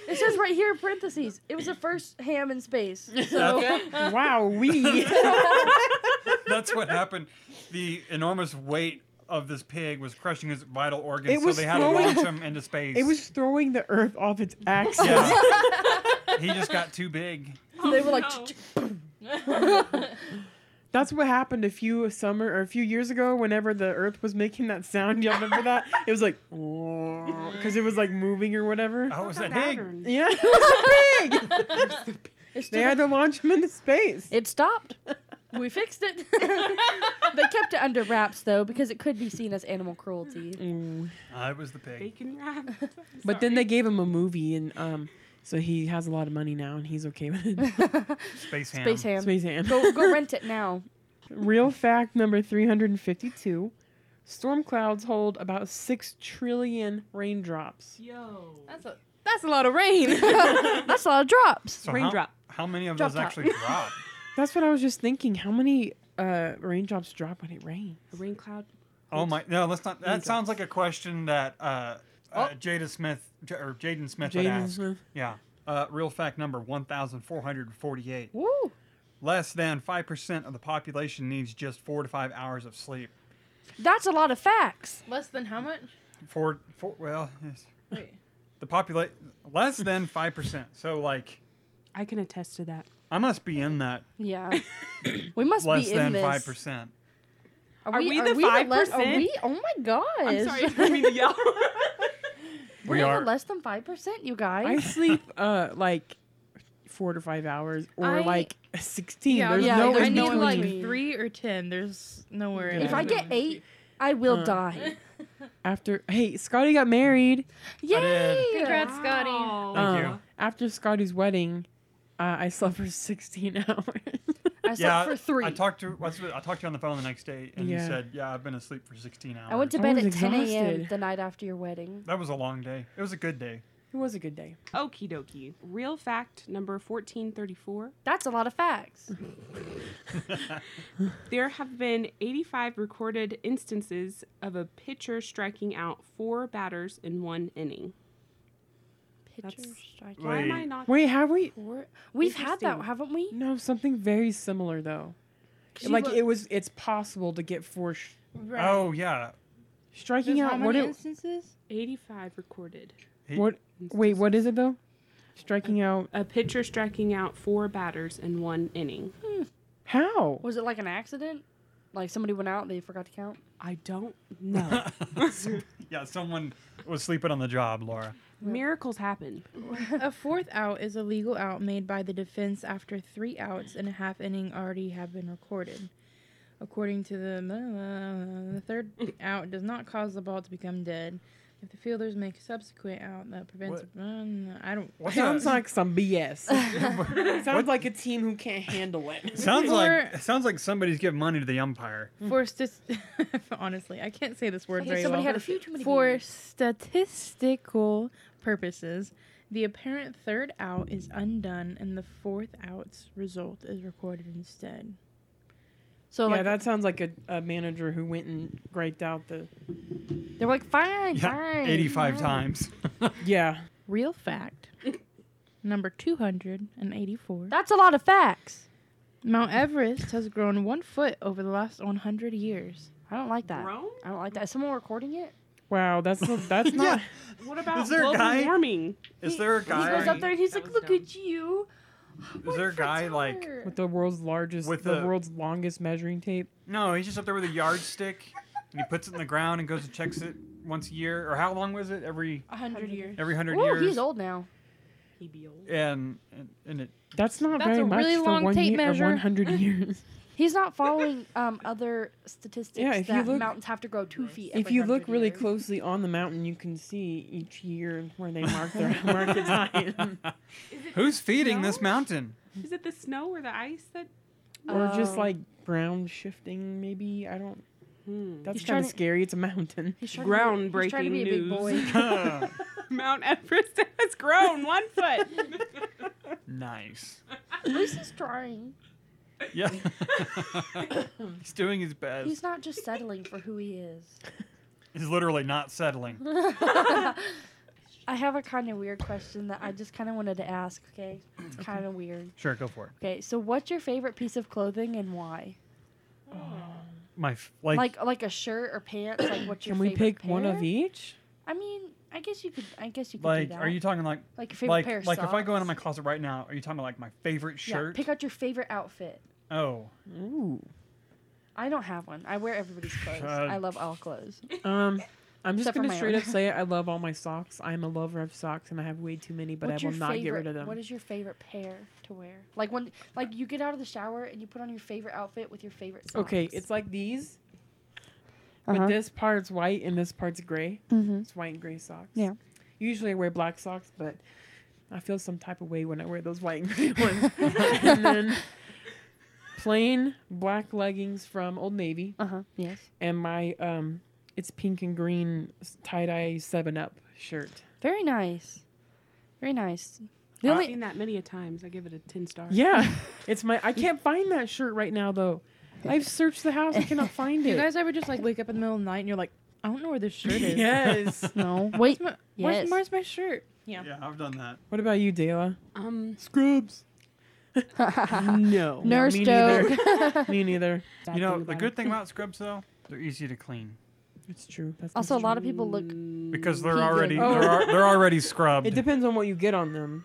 Speaker 2: It says right here in parentheses. It was the first ham in space. So
Speaker 3: Wow, we.
Speaker 4: That's what happened. The enormous weight of this pig was crushing his vital organs,
Speaker 3: It
Speaker 4: so
Speaker 3: was
Speaker 4: they had to
Speaker 3: throwing-
Speaker 4: launch him into space.
Speaker 3: It was throwing the earth off its axis.
Speaker 4: Yeah. he just got too big.
Speaker 2: they were like,
Speaker 5: Oh,
Speaker 3: That's what happened a few summer or a few years ago. Whenever the earth was making that sound, y'all remember that? It was like because it was like moving or whatever.
Speaker 4: Oh, was that pig?
Speaker 3: Yeah, it was big.
Speaker 2: it's
Speaker 3: They had to launch him into space.
Speaker 2: It stopped. We fixed it. they kept it under wraps though, because it could be seen as animal cruelty.
Speaker 3: Ooh.
Speaker 4: I Uh, was the pig.
Speaker 6: Bacon wrap.
Speaker 3: But then they gave him a movie, and um, so he has a lot of money now, and he's okay with it.
Speaker 4: Space ham.
Speaker 2: Space ham.
Speaker 3: Space ham.
Speaker 2: Go go rent it now.
Speaker 3: Real fact number 352 storm clouds hold about 6 trillion raindrops.
Speaker 6: Yo.
Speaker 5: that's, a, that's a lot of rain.
Speaker 2: That's a lot of drops.
Speaker 4: So how-
Speaker 3: Raindrop.
Speaker 4: How, many of
Speaker 2: Drop
Speaker 4: those
Speaker 2: top.
Speaker 4: actually drop?
Speaker 3: That's what I was just thinking. How many uh, raindrops drop when it rains?
Speaker 6: A rain cloud.
Speaker 4: oh my! No, let's not. That
Speaker 3: Raindrops.
Speaker 4: sounds like a question that uh, uh,
Speaker 2: Oh.
Speaker 4: Jada Smith J- or Jaden Smith would
Speaker 3: Jaden
Speaker 4: ask.
Speaker 3: Smith.
Speaker 4: Yeah. Uh, real fact number one thousand four hundred forty-eight.
Speaker 2: Woo.
Speaker 4: Less than five percent of the population needs just four to five hours of sleep.
Speaker 2: That's a lot of facts.
Speaker 5: Less than how much?
Speaker 4: Four, four. Well, yes.
Speaker 5: Wait.
Speaker 4: the population less than five percent. So like,
Speaker 6: I can attest to that.
Speaker 4: I must be in that
Speaker 2: Yeah. We must
Speaker 4: less
Speaker 2: be in
Speaker 4: than
Speaker 2: this.
Speaker 4: five percent.
Speaker 2: Are
Speaker 6: we the
Speaker 2: less- Are
Speaker 6: 5%?
Speaker 2: we? Oh my gosh.
Speaker 6: me to yell.
Speaker 2: We're
Speaker 4: We
Speaker 2: in the
Speaker 4: are-
Speaker 2: less than five percent, you
Speaker 3: I
Speaker 2: guys.
Speaker 3: sleep uh, like four to five hours or
Speaker 2: I-
Speaker 3: like 16.
Speaker 5: Yeah,
Speaker 3: There's
Speaker 2: yeah,
Speaker 3: no
Speaker 5: I
Speaker 2: there's
Speaker 3: in
Speaker 5: need
Speaker 2: no in
Speaker 5: like
Speaker 3: between.
Speaker 2: between.
Speaker 5: three or ten. There's nowhere. in
Speaker 2: if I get
Speaker 5: between.
Speaker 2: eight, I will
Speaker 3: Uh.
Speaker 2: die.
Speaker 3: After, hey, Scotty got married.
Speaker 2: Yay!
Speaker 5: Congrats, Scotty.
Speaker 4: Thank you.
Speaker 3: Uh, After Scotty's wedding, uh, I slept for 16 hours.
Speaker 2: I slept
Speaker 4: yeah,
Speaker 2: for three.
Speaker 4: I talked to what's it- I talked to you on the phone the next day, and
Speaker 3: Yeah.
Speaker 4: you said, "Yeah, I've been asleep for 16 hours."
Speaker 2: I went to
Speaker 3: I
Speaker 2: bed
Speaker 3: was
Speaker 2: at 10 a.m.
Speaker 3: exhausted.
Speaker 2: the night after your wedding.
Speaker 4: That was a long day. It was a good day.
Speaker 3: It was a good day.
Speaker 6: Okie dokie. Real fact number 1434.
Speaker 2: That's a lot of facts.
Speaker 6: There have been 85 recorded instances of a pitcher striking out four batters in one inning.
Speaker 2: Pictures. strike
Speaker 6: Why am
Speaker 4: Wait.
Speaker 6: I not?
Speaker 3: Wait, have we?
Speaker 2: four. We've had that,
Speaker 6: Interesting.
Speaker 2: haven't we?
Speaker 3: No, something very similar though. like it was, it's possible to get four sh-
Speaker 5: Right.
Speaker 4: Oh yeah,
Speaker 3: striking out. What? It,
Speaker 5: instances?
Speaker 6: 85 recorded.
Speaker 4: He-
Speaker 3: what? Wait, what is it though? Striking out.
Speaker 6: A pitcher striking out four batters in one inning.
Speaker 3: How?
Speaker 2: Was it like an accident? Like somebody went out, they forgot to count?
Speaker 6: I don't know.
Speaker 4: yeah, someone was sleeping on the job, Laura.
Speaker 6: Miracles happen.
Speaker 5: a fourth out is a legal out made by the defense after three outs and a half inning already have been recorded. According to the the third out does not cause the ball to become dead. If the fielders make a subsequent out that prevents, I don't.
Speaker 4: What's
Speaker 3: Sounds
Speaker 4: a-
Speaker 3: like some BS. Sounds
Speaker 4: What-
Speaker 3: like a team who can't handle it.
Speaker 4: Sounds
Speaker 5: Or-
Speaker 4: like it sounds like somebody's giving money to the umpire.
Speaker 5: For sti- honestly, I can't say this word
Speaker 2: Okay,
Speaker 5: very
Speaker 2: somebody
Speaker 5: well.
Speaker 2: had a few too many
Speaker 5: For
Speaker 2: beers.
Speaker 5: statistical purposes, the apparent third out is undone, and the fourth out's result is recorded instead.
Speaker 2: So
Speaker 3: yeah,
Speaker 2: like
Speaker 3: that sounds like a, a manager who went and griped out the.
Speaker 2: they're like fine,
Speaker 4: Yeah,
Speaker 2: fine.
Speaker 4: 85
Speaker 2: fine."
Speaker 4: times.
Speaker 3: Yeah.
Speaker 5: Real fact number two hundred and eighty-four.
Speaker 2: That's a lot of facts.
Speaker 5: Mount Everest has grown one foot over the last one hundred years.
Speaker 2: I don't like that.
Speaker 6: Grown?
Speaker 2: I don't like that. Is someone recording it?
Speaker 3: Wow, that's that's
Speaker 4: Yeah.
Speaker 3: not.
Speaker 6: What about
Speaker 4: Is there a
Speaker 6: global
Speaker 4: guy-
Speaker 6: warming?
Speaker 4: Is there a
Speaker 2: He
Speaker 4: guy?
Speaker 2: goes up there and he's
Speaker 7: That was
Speaker 2: like, "Look
Speaker 7: dumb.
Speaker 2: at you."
Speaker 4: Is there a guy like?
Speaker 3: With the world's largest,
Speaker 4: With
Speaker 3: the,
Speaker 4: the-
Speaker 3: world's longest measuring tape.
Speaker 4: No, he's just up there with a yardstick, and he puts it in the ground and goes and checks it once a year. Or how long was it? Every
Speaker 5: A hundred years.
Speaker 4: every hundred
Speaker 2: Oh,
Speaker 4: years.
Speaker 2: he's old now.
Speaker 7: He be old.
Speaker 4: And, and and it
Speaker 3: That's not
Speaker 5: That's
Speaker 3: very
Speaker 5: a
Speaker 3: much
Speaker 5: really
Speaker 3: for
Speaker 5: long
Speaker 3: one
Speaker 5: tape
Speaker 3: year, or
Speaker 5: measure.
Speaker 3: 100 years.
Speaker 2: He's not following um, other statistics
Speaker 3: Yeah, if you
Speaker 2: that
Speaker 3: look-
Speaker 2: mountains have to grow two feet.
Speaker 3: if
Speaker 2: every
Speaker 3: you look
Speaker 2: 100
Speaker 3: really
Speaker 2: years.
Speaker 3: closely on the mountain, you can see each year where they mark their mark its time,
Speaker 4: who's feeding this
Speaker 6: snow?
Speaker 4: mountain?
Speaker 6: Is it the snow or the ice that?
Speaker 3: or just
Speaker 2: Oh.
Speaker 3: like ground shifting. Maybe I don't.
Speaker 6: Hmm.
Speaker 3: That's
Speaker 2: He's
Speaker 3: kind
Speaker 2: trying
Speaker 3: of
Speaker 2: to-
Speaker 3: scary. It's a mountain.
Speaker 2: He's trying to be- he's trying to be a big boy.
Speaker 6: Groundbreaking
Speaker 4: Huh,
Speaker 6: Mount Everest has grown one foot.
Speaker 4: nice.
Speaker 2: At least he's trying.
Speaker 4: Yeah. he's doing his best.
Speaker 2: He's not just settling for who he is.
Speaker 4: He's literally not settling.
Speaker 2: I have a kind of weird question that I just kind of wanted to ask, okay? It's kind of weird.
Speaker 4: Sure, go for it.
Speaker 2: Okay, so what's your favorite piece of clothing and why?
Speaker 4: My f- like,
Speaker 2: Like like, a shirt or pants, like what's your
Speaker 3: Can we
Speaker 2: favorite
Speaker 3: pick one of
Speaker 2: pair?
Speaker 3: each?
Speaker 2: I mean, I guess you could I guess you could
Speaker 4: like
Speaker 2: do that.
Speaker 4: are you talking like
Speaker 2: like your favorite
Speaker 4: like
Speaker 2: pair of
Speaker 4: like if I go into
Speaker 2: socks.
Speaker 4: my closet right now? Are you talking about like my favorite
Speaker 2: Yeah,
Speaker 4: shirt?
Speaker 2: pick out your favorite outfit.
Speaker 4: oh,
Speaker 3: Ooh.
Speaker 2: I don't have one. I wear everybody's clothes.
Speaker 4: Uh,
Speaker 2: I love all clothes.
Speaker 3: Um, I'm just
Speaker 2: Except for
Speaker 3: gonna
Speaker 2: my
Speaker 3: straight
Speaker 2: own.
Speaker 3: up say it. I love all my socks. I'm a lover of socks, and I have way too many, but
Speaker 2: What's
Speaker 3: I
Speaker 2: your
Speaker 3: will not
Speaker 2: favorite,
Speaker 3: get rid of them.
Speaker 2: What is your favorite pair to wear? Like when, like you get out of the shower and you put on your favorite outfit with your favorite. Socks.
Speaker 3: okay, it's like these,
Speaker 2: Uh-huh.
Speaker 3: but this part's white and this part's gray.
Speaker 2: Mm-hmm.
Speaker 3: It's white and gray socks.
Speaker 2: Yeah.
Speaker 3: Usually I wear black socks, but I feel some type of way when I wear those white and gray ones. and then plain black leggings from Old Navy
Speaker 2: Uh huh. Yes.
Speaker 3: and my um it's pink and green tie dye seven up shirt.
Speaker 2: Very nice. Very nice.
Speaker 3: Uh,
Speaker 2: The
Speaker 6: I've
Speaker 2: only
Speaker 6: seen that many a times. I give it a ten star.
Speaker 3: Yeah. It's my I can't find that shirt right now though. I've searched the house, I cannot find
Speaker 5: Do you
Speaker 3: it.
Speaker 5: guys ever just like wake up in the middle of the night and you're like, I don't know where this shirt is.
Speaker 3: yes.
Speaker 2: no wait.
Speaker 5: Where's my,
Speaker 2: Yes.
Speaker 5: where's, where's my shirt?
Speaker 4: yeah, I've done that.
Speaker 3: What about you, Dela?
Speaker 6: Um,
Speaker 3: Scrubs. No.
Speaker 2: Nurse
Speaker 3: me
Speaker 2: joke.
Speaker 3: Neither. me neither.
Speaker 4: You know, the good thing about scrubs though, they're easy to clean
Speaker 3: It's true. That's
Speaker 2: also, a
Speaker 3: that's
Speaker 2: lot of people look.
Speaker 4: because they're
Speaker 2: He did.
Speaker 4: already
Speaker 3: Oh.
Speaker 4: they're, al- they're already
Speaker 3: It
Speaker 4: scrubbed.
Speaker 3: depends on what you get on them.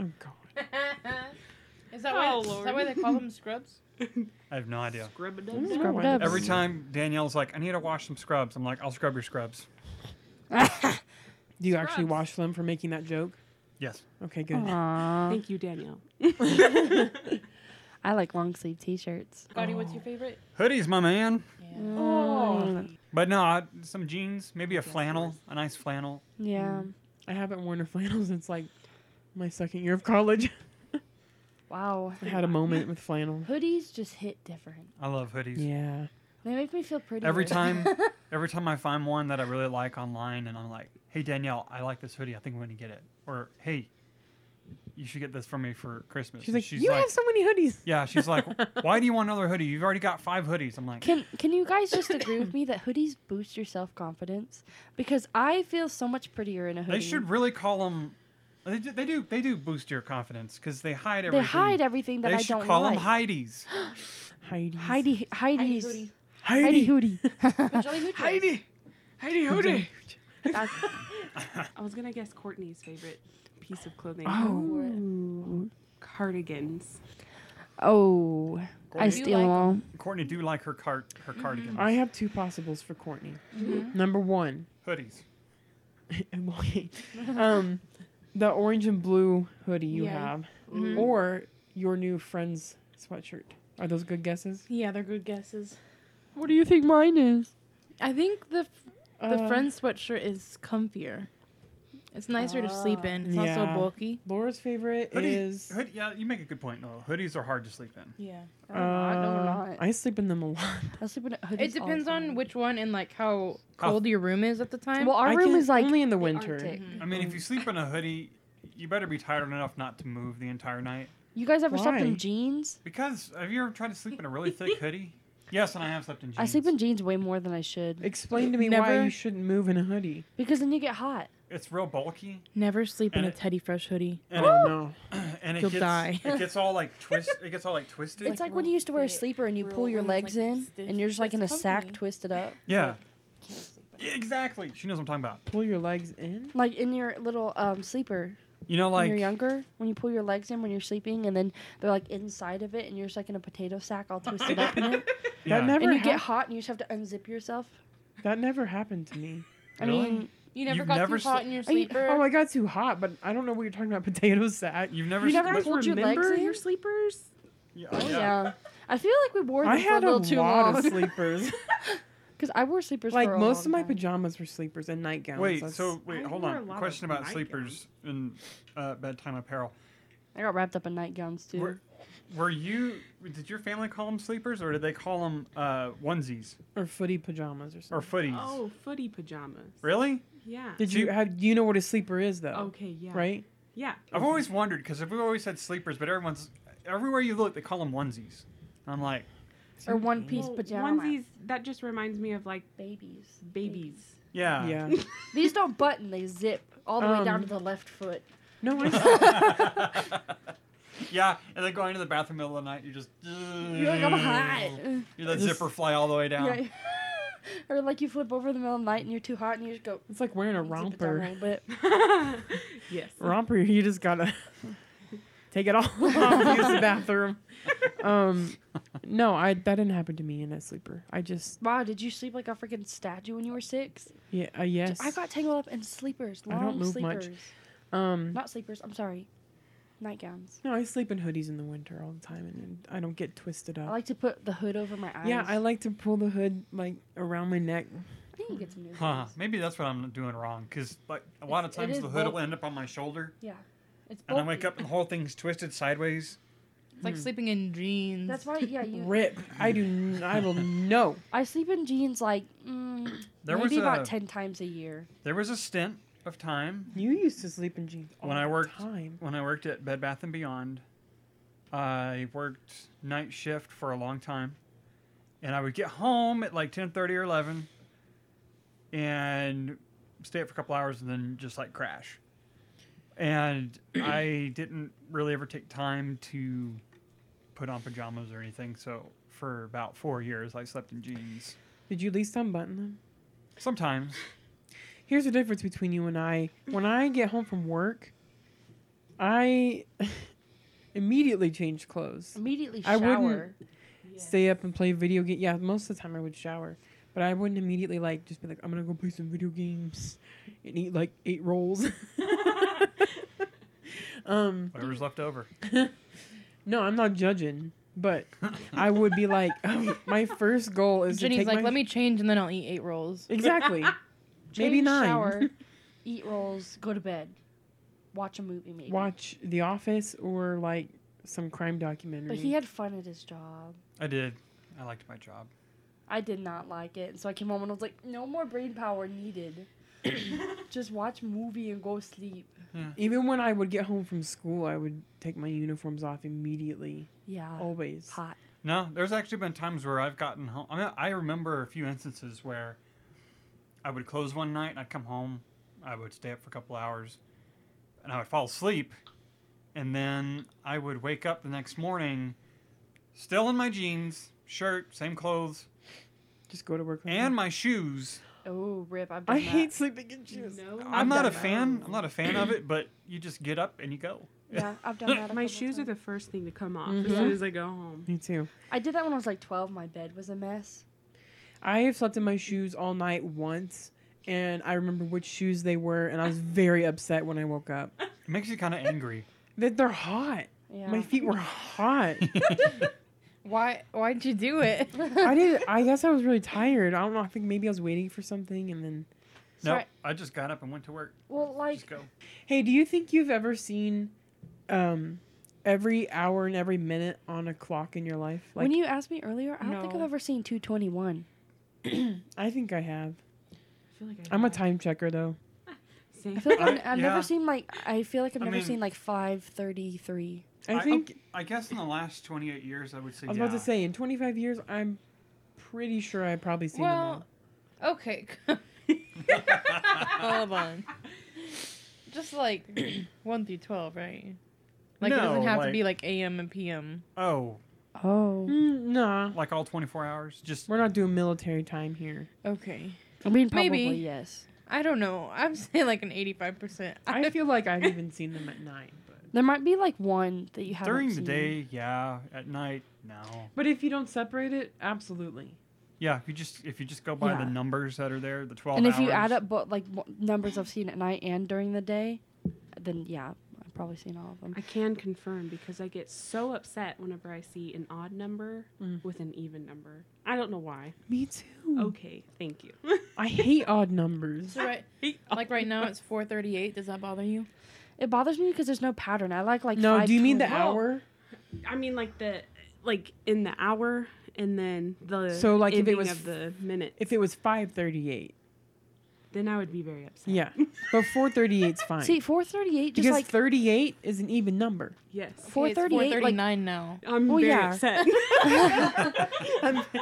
Speaker 3: Oh god.
Speaker 5: Is that,
Speaker 6: why- Oh, is that why
Speaker 5: they call them scrubs?
Speaker 4: I have no idea.
Speaker 6: scrub it
Speaker 3: Mm.
Speaker 6: up.
Speaker 3: Scrub
Speaker 2: Scrub
Speaker 3: dubs.
Speaker 4: Every time Danielle's like, I need to wash some scrubs. I'm like, I'll scrub your scrubs.
Speaker 3: Do you actually
Speaker 6: Scrubs.
Speaker 3: wash them for making that joke?
Speaker 4: Yes.
Speaker 3: Okay, good.
Speaker 2: Oh, Aww.
Speaker 6: Thank you, Danielle.
Speaker 2: I like long sleeve T-shirts.
Speaker 5: Scotty, what's your favorite?
Speaker 4: Hoodies, my man.
Speaker 5: Yeah.
Speaker 3: Oh.
Speaker 4: But no, I- some jeans, maybe a flannel, a nice flannel.
Speaker 2: Yeah.
Speaker 3: I haven't worn a flannel since like my second year of college.
Speaker 2: Wow.
Speaker 3: I had a moment with flannel.
Speaker 2: Hoodies just hit different.
Speaker 4: I love hoodies.
Speaker 3: Yeah.
Speaker 2: They make me feel pretty.
Speaker 4: Every time, every time I find one that I really like online, and I'm like, "Hey Danielle, I like this hoodie. I think I'm going to get it." Or, "Hey, you should get this for me for Christmas."
Speaker 3: She's
Speaker 4: And
Speaker 3: like, you have so many hoodies.
Speaker 4: "Yeah." She's like, "Why do you want another hoodie? You've already got five hoodies." I'm like,
Speaker 2: Can can you guys just agree with me that hoodies boost your self confidence? Because I feel so much prettier in a hoodie.
Speaker 4: "They should really call them. They do. They do, they do boost your confidence because they hide
Speaker 2: They
Speaker 4: everything.
Speaker 2: hide everything that
Speaker 4: they
Speaker 2: I
Speaker 4: should
Speaker 2: don't
Speaker 4: call
Speaker 2: like.
Speaker 4: them Heidi's.
Speaker 3: Heidi.
Speaker 2: Heidi, Heidi's,
Speaker 5: hoodie.
Speaker 2: Heidi hoodie.
Speaker 3: Heidi. Heidi hoodie.
Speaker 6: I was gonna guess Courtney's favorite piece of clothing.
Speaker 3: Oh.
Speaker 6: Cardigans.
Speaker 2: oh, I
Speaker 4: Courtney,
Speaker 2: steal them all.
Speaker 4: Courtney do like her cart, her
Speaker 2: Mm-hmm.
Speaker 4: cardigan,
Speaker 3: I have two possibles for Courtney.
Speaker 5: Mm-hmm.
Speaker 3: Number one,
Speaker 4: hoodies.
Speaker 3: well, okay. um, the orange and blue hoodie you
Speaker 5: Yeah.
Speaker 2: Mm-hmm.
Speaker 3: have, or your new friend's sweatshirt. Are those good guesses?
Speaker 5: Yeah, they're good guesses.
Speaker 3: What do you think mine is?
Speaker 5: I think the f- the
Speaker 3: Uh,
Speaker 5: friend sweatshirt is comfier. It's nicer to sleep in. It's not
Speaker 3: Yeah.
Speaker 5: so bulky.
Speaker 3: Laura's favorite
Speaker 4: Hoodie,
Speaker 3: is.
Speaker 4: hood, yeah, you make a good point. No, hoodies are hard to sleep in.
Speaker 5: Yeah.
Speaker 2: No, we're not. No, we're
Speaker 3: uh,
Speaker 2: not.
Speaker 3: I sleep in them a lot.
Speaker 2: I sleep in hoodies all
Speaker 5: It
Speaker 2: the
Speaker 5: depends on
Speaker 2: time.
Speaker 5: which one and like how
Speaker 4: How-
Speaker 5: cold your room is at the time.
Speaker 2: Well, our
Speaker 3: I
Speaker 2: room
Speaker 3: can-
Speaker 2: is like
Speaker 3: only in the
Speaker 2: the
Speaker 3: winter.
Speaker 2: Arctic.
Speaker 5: Mhm.
Speaker 4: I mean, if you sleep in a hoodie, you better be tired enough not to move the entire night.
Speaker 2: You guys ever slept
Speaker 3: Why?
Speaker 2: in jeans?
Speaker 4: Because have you ever tried to sleep in a really thick hoodie? Yes, and I have slept in jeans.
Speaker 2: I sleep in jeans way more than I should
Speaker 3: Explain to me why
Speaker 5: Never-
Speaker 3: you shouldn't move in a hoodie.
Speaker 2: because then you get hot.
Speaker 4: It's real bulky,
Speaker 5: Never sleep in
Speaker 4: And
Speaker 5: a
Speaker 4: it-
Speaker 5: Teddy Fresh hoodie.
Speaker 4: and
Speaker 3: Oh no!
Speaker 4: it, and it
Speaker 5: You'll
Speaker 4: gets
Speaker 5: die.
Speaker 4: it gets all like twist. It gets all like twisted.
Speaker 2: It's like when you used to wear a sleeper and you pull your legs in and you're just like in a sack twisted up,
Speaker 4: yeah. Yeah, exactly. She knows what I'm talking about.
Speaker 3: Pull your legs in.
Speaker 2: like in your little um sleeper.
Speaker 4: You know,
Speaker 2: When
Speaker 4: like
Speaker 2: you're younger, when you pull your legs in when you're sleeping, and then they're like inside of it, and you're just like in a potato sack all twisted up in it,
Speaker 4: yeah.
Speaker 3: That never.
Speaker 2: and you get
Speaker 3: hap-
Speaker 2: hot and you just have to unzip yourself.
Speaker 3: that never happened to me.
Speaker 2: I
Speaker 4: Really?
Speaker 2: mean,
Speaker 5: You
Speaker 4: never You've got too never hot sle-
Speaker 5: in your
Speaker 2: Are you-
Speaker 3: Oh, I got too hot, but I don't know what you're talking about. Potato sack.
Speaker 4: You've never.
Speaker 2: you
Speaker 4: s-
Speaker 2: never
Speaker 4: but-
Speaker 2: pulled your legs
Speaker 6: Remember
Speaker 2: in.
Speaker 6: your sleepers?
Speaker 4: yeah,
Speaker 2: oh,
Speaker 4: yeah.
Speaker 2: yeah. I feel like we wore them
Speaker 3: I
Speaker 2: for
Speaker 3: had
Speaker 2: a
Speaker 3: a,
Speaker 2: little
Speaker 3: lot
Speaker 2: too long
Speaker 3: of sleepers.
Speaker 2: because I wore sleepers.
Speaker 3: like
Speaker 2: for a
Speaker 3: most of
Speaker 2: long
Speaker 3: my
Speaker 2: time.
Speaker 3: pajamas were sleepers and nightgowns.
Speaker 4: Wait.
Speaker 3: That's-
Speaker 4: So wait.
Speaker 6: I
Speaker 4: Hold
Speaker 6: wore a
Speaker 4: on.
Speaker 6: lot of
Speaker 4: Question about
Speaker 6: nightgowns.
Speaker 4: sleepers and uh, bedtime apparel.
Speaker 2: I got wrapped up in nightgowns too.
Speaker 4: Were, were you? Did your family call them sleepers, or did they call them uh, onesies
Speaker 3: or footy pajamas or
Speaker 4: or
Speaker 3: something.
Speaker 4: footies?
Speaker 6: Oh, footy pajamas.
Speaker 4: Really?
Speaker 6: Yeah.
Speaker 3: Did
Speaker 4: See-
Speaker 3: you have? You know what a sleeper is though,
Speaker 6: Okay, yeah.
Speaker 3: right?
Speaker 6: Yeah.
Speaker 4: I've always wondered because we've always said sleepers, but everyone's everywhere you look, they call them onesies. I'm like,
Speaker 2: or one piece
Speaker 6: Well,
Speaker 2: pajama
Speaker 6: Onesies, that just reminds me of like
Speaker 2: babies.
Speaker 6: babies.
Speaker 4: yeah,
Speaker 3: Yeah.
Speaker 2: These don't button; they zip all the way down
Speaker 3: Um,
Speaker 2: to the left foot.
Speaker 3: No, I
Speaker 4: yeah. And then going to the bathroom in the middle of the night, you just
Speaker 2: You're like, I'm hot.
Speaker 4: You let
Speaker 3: Just-
Speaker 4: zipper fly all the way down.
Speaker 2: Mm. Yeah. or like you flip over in the middle of the night and you're too hot and you just go
Speaker 3: It's like wearing a
Speaker 2: zip it down a
Speaker 3: romper.
Speaker 2: little bit.
Speaker 6: yes.
Speaker 3: Romper, you just gotta take it all off, use the bathroom. Um, no, I that didn't happen to me in a sleeper. I just
Speaker 2: Wow, did you sleep like a freaking statue when you were six?
Speaker 3: yeah, uh, yes.
Speaker 2: I got tangled up in sleepers,
Speaker 3: I
Speaker 2: long
Speaker 3: don't move much.
Speaker 2: sleepers.
Speaker 3: um.
Speaker 2: Not sleepers. I'm sorry, nightgowns.
Speaker 3: No, I sleep in hoodies in the winter all the time, and I don't get twisted
Speaker 2: I
Speaker 3: up.
Speaker 2: like to put the hood over my eyes.
Speaker 3: yeah, I like to pull the hood like around my neck.
Speaker 2: I think you get some new
Speaker 4: Huh.
Speaker 2: ones.
Speaker 4: Maybe that's what I'm doing wrong because like a lot
Speaker 2: It's-
Speaker 4: of
Speaker 2: it
Speaker 4: times
Speaker 2: is
Speaker 4: the hood
Speaker 2: bulk-
Speaker 4: will end up on my shoulder,
Speaker 2: Yeah, it's
Speaker 4: and
Speaker 2: bulky.
Speaker 4: I wake up and the whole thing's twisted sideways.
Speaker 5: It's
Speaker 4: Hmm.
Speaker 5: like sleeping in jeans.
Speaker 2: That's why. Yeah, you.
Speaker 3: Rip! I do. N- I will no.
Speaker 2: I sleep in jeans like mm,
Speaker 4: There
Speaker 2: maybe
Speaker 4: was
Speaker 2: about
Speaker 4: a-
Speaker 2: ten times a year.
Speaker 4: There was a stint of time
Speaker 3: You used to sleep in jeans all
Speaker 4: When I
Speaker 3: the
Speaker 4: worked-
Speaker 3: time.
Speaker 4: when I worked at Bed Bath and Beyond, I worked night shift for a long time, and I would get home at like ten thirty or eleven, and stay up for a couple hours, and then just like crash. And I didn't really ever take time to put on pajamas or anything, so for about four years, I slept in jeans.
Speaker 3: Did you at least unbutton them?
Speaker 4: Sometimes,
Speaker 3: here's the difference between you and I. When I get home from work, I immediately change clothes,
Speaker 2: Immediately shower.
Speaker 3: I wouldn't- stay up and play video game. Yeah, most of the time I would shower, but I wouldn't immediately like just be like, I'm gonna go play some video games and eat like eight rolls. um,
Speaker 4: whatever's left over.
Speaker 3: no, I'm not judging, but I would be like, um, my first goal is to
Speaker 5: Jenny's
Speaker 3: take
Speaker 5: like,
Speaker 3: my-
Speaker 5: let me change and then I'll eat eight rolls.
Speaker 3: exactly. Maybe
Speaker 2: Change,
Speaker 3: nine.
Speaker 2: Shower, eat rolls, go to bed, watch a movie. Maybe.
Speaker 3: Watch The Office or like some crime documentary.
Speaker 2: But he had fun at his job.
Speaker 4: I did. I liked my job.
Speaker 2: I did not like it, and so I came home and I was like, "No more brain power needed. Just watch movie and go sleep."
Speaker 3: Even when I would get home from school, I would take my uniforms off immediately.
Speaker 2: Yeah.
Speaker 3: Always.
Speaker 2: Hot.
Speaker 4: No, there's actually been times where I've gotten home. I mean, I remember a few instances where I would close one night and I'd come home, I would stay up for a couple hours, and I would fall asleep, and then I would wake up the next morning, still in my jeans, shirt, same clothes,
Speaker 3: Just go to work. like
Speaker 4: and
Speaker 3: that.
Speaker 4: my shoes.
Speaker 2: Oh, rip! I've done
Speaker 3: I
Speaker 2: that.
Speaker 3: hate sleeping in shoes.
Speaker 6: No.
Speaker 4: I'm not a fan. I'm not a fan of it, but you just get up and you go.
Speaker 2: Yeah, I've done that. a
Speaker 6: My
Speaker 2: couple
Speaker 6: shoes are
Speaker 2: times.
Speaker 6: the first thing to come off
Speaker 3: Mhm.
Speaker 2: Mm-hmm.
Speaker 6: as soon as I go home.
Speaker 3: Me too.
Speaker 2: I did that when I was like 12. My bed was a mess.
Speaker 3: I have slept in my shoes all night once, and I remember which shoes they were, and I was very upset when I woke up.
Speaker 4: It makes you kind of angry.
Speaker 3: That they're hot.
Speaker 2: Yeah.
Speaker 3: My feet were hot.
Speaker 5: Why? Why'd you do it?
Speaker 3: I did. I guess I was really tired. I don't know. I think maybe I was waiting for something, and then.
Speaker 4: No,
Speaker 2: Sorry.
Speaker 4: I just got up and went to work.
Speaker 2: Well, like,
Speaker 4: Just go.
Speaker 3: Hey, do you think you've ever seen, um, every hour and every minute on a clock in your life? Like,
Speaker 2: when you asked me earlier, I don't think I've
Speaker 5: No.
Speaker 2: ever seen 221.
Speaker 3: I think I have.
Speaker 6: I feel like I
Speaker 3: I'm a
Speaker 6: have.
Speaker 3: time checker though.
Speaker 6: Same.
Speaker 2: I feel like I,
Speaker 4: I-
Speaker 2: have I've
Speaker 4: yeah.
Speaker 2: never seen like I feel like I've
Speaker 4: I
Speaker 2: never
Speaker 4: mean-
Speaker 2: seen like 533.
Speaker 3: I, think
Speaker 4: I guess in the last 28 years, I would say.
Speaker 3: I was
Speaker 4: yeah.
Speaker 3: about to say in 25 years, I'm pretty sure I've probably seen
Speaker 5: well, okay. Hold on. Just like one through twelve, right? Like it doesn't
Speaker 4: No,
Speaker 5: have to
Speaker 4: like-
Speaker 5: be like AM and PM.
Speaker 4: Oh,
Speaker 2: Oh.
Speaker 3: them all. Mm, nah,
Speaker 4: like all 24 hours? Just
Speaker 3: we're not doing military time here.
Speaker 5: Okay.
Speaker 2: I mean, probably
Speaker 5: Maybe.
Speaker 2: yes.
Speaker 5: I don't know. I'm saying like an eighty-five percent.
Speaker 3: I feel like I've even seen them at nine. But
Speaker 2: There might be like one that you haven't
Speaker 4: during the
Speaker 2: seen.
Speaker 4: day, yeah. At night, no.
Speaker 3: but if you don't separate it, absolutely.
Speaker 4: Yeah, if you just if you just go by
Speaker 2: Yeah.
Speaker 4: the numbers that are there, the 12
Speaker 2: And if you add
Speaker 4: hours,
Speaker 2: up both like w- numbers I've seen at night and during the day, then yeah, I've probably seen all of them.
Speaker 6: I can confirm because I get so upset whenever I see an odd number
Speaker 3: Mm. Hmm.
Speaker 6: with an even number. I don't know why.
Speaker 3: Me too.
Speaker 6: Okay, thank you.
Speaker 3: Oh, I hate odd numbers.
Speaker 5: so right, like right now it's four thirty-eight. Does that bother you?
Speaker 2: It bothers me because there's no pattern. I like like
Speaker 3: no,
Speaker 2: five
Speaker 3: do you mean the
Speaker 2: twenty-
Speaker 3: hour?
Speaker 6: I mean, like the like in the hour and then the
Speaker 3: So, like, if it
Speaker 6: ending
Speaker 3: was
Speaker 6: of the minute,
Speaker 3: If it was 5:38,
Speaker 6: then I would be very upset.
Speaker 3: yeah, but 4:38 is fine.
Speaker 2: See, 438 just
Speaker 3: because
Speaker 2: like
Speaker 3: 38 is an even number.
Speaker 6: Yes,
Speaker 5: Okay, it's
Speaker 2: 438 like
Speaker 5: 4:39 now.
Speaker 6: I'm
Speaker 2: Well,
Speaker 6: very
Speaker 2: yeah.
Speaker 6: upset.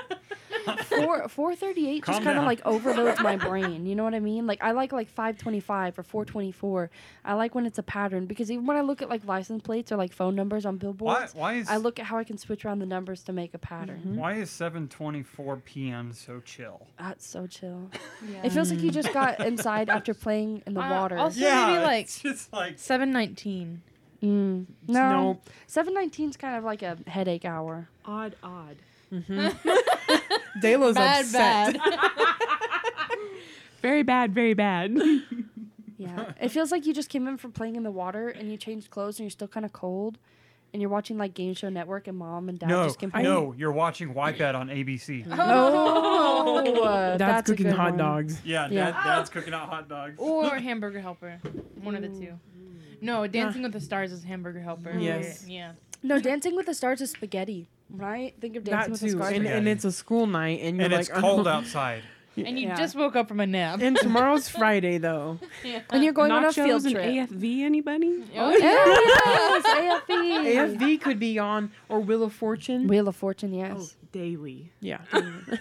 Speaker 2: four four thirty eight just
Speaker 4: Calm
Speaker 2: kind of
Speaker 4: down.
Speaker 2: like overloads my brain. You know what I mean? Like I like like five twenty five or four twenty four. I like when it's a pattern because even when I look at like license plates or like phone numbers on
Speaker 4: why
Speaker 2: billboards,
Speaker 4: why is
Speaker 2: I look at how I can switch around the numbers to make a pattern.
Speaker 5: Mm-hmm.
Speaker 4: why is 7:24 p.m. so chill?
Speaker 2: That's so chill.
Speaker 5: Yeah.
Speaker 2: It feels like you just got inside after playing in the
Speaker 5: Uh,
Speaker 2: water.
Speaker 5: also- Yeah, maybe, like-
Speaker 4: it's just like
Speaker 5: Seven nineteen.
Speaker 2: Mm, no,
Speaker 3: Nope.
Speaker 2: seven nineteen is kind of like a headache hour.
Speaker 6: odd, odd.
Speaker 3: Dayla's upset.
Speaker 6: Very bad, very bad.
Speaker 2: Yeah, it feels like you just came in from playing in the water and you changed clothes and you're still kind of cold, and you're watching like Game Show Network and Mom and Dad
Speaker 4: no,
Speaker 2: just complain.
Speaker 4: no, you're watching Wipeout on ABC.
Speaker 2: Oh,
Speaker 3: Dad's
Speaker 2: a
Speaker 3: cooking
Speaker 2: good
Speaker 3: hot
Speaker 2: one.
Speaker 3: dogs.
Speaker 4: Yeah,
Speaker 2: Yeah.
Speaker 4: Dad, Dad's cooking out hot dogs.
Speaker 5: or Hamburger Helper. One of the two. No, Dancing with the Stars is Hamburger Helper.
Speaker 3: Yes.
Speaker 5: Yeah.
Speaker 2: No, Dancing with the Stars is spaghetti. When I think of Dancing
Speaker 3: That
Speaker 2: with the
Speaker 3: too,
Speaker 2: Stars,
Speaker 3: and, and it's a school night, and you're
Speaker 4: and
Speaker 3: like,
Speaker 4: it's cold
Speaker 3: oh.
Speaker 4: outside.
Speaker 5: And you
Speaker 2: Yeah.
Speaker 5: just woke up from a nap.
Speaker 3: And tomorrow's Friday though.
Speaker 5: yeah.
Speaker 2: and you're going on a
Speaker 6: Nachos
Speaker 2: field
Speaker 6: and
Speaker 2: trip.
Speaker 6: AFV, anybody?
Speaker 2: Oh,
Speaker 5: Oh,
Speaker 2: yes, AFE.
Speaker 3: AFV could be on or Wheel of Fortune.
Speaker 2: Wheel of Fortune,
Speaker 6: Oh,
Speaker 2: yes.
Speaker 6: daily.
Speaker 3: Yeah.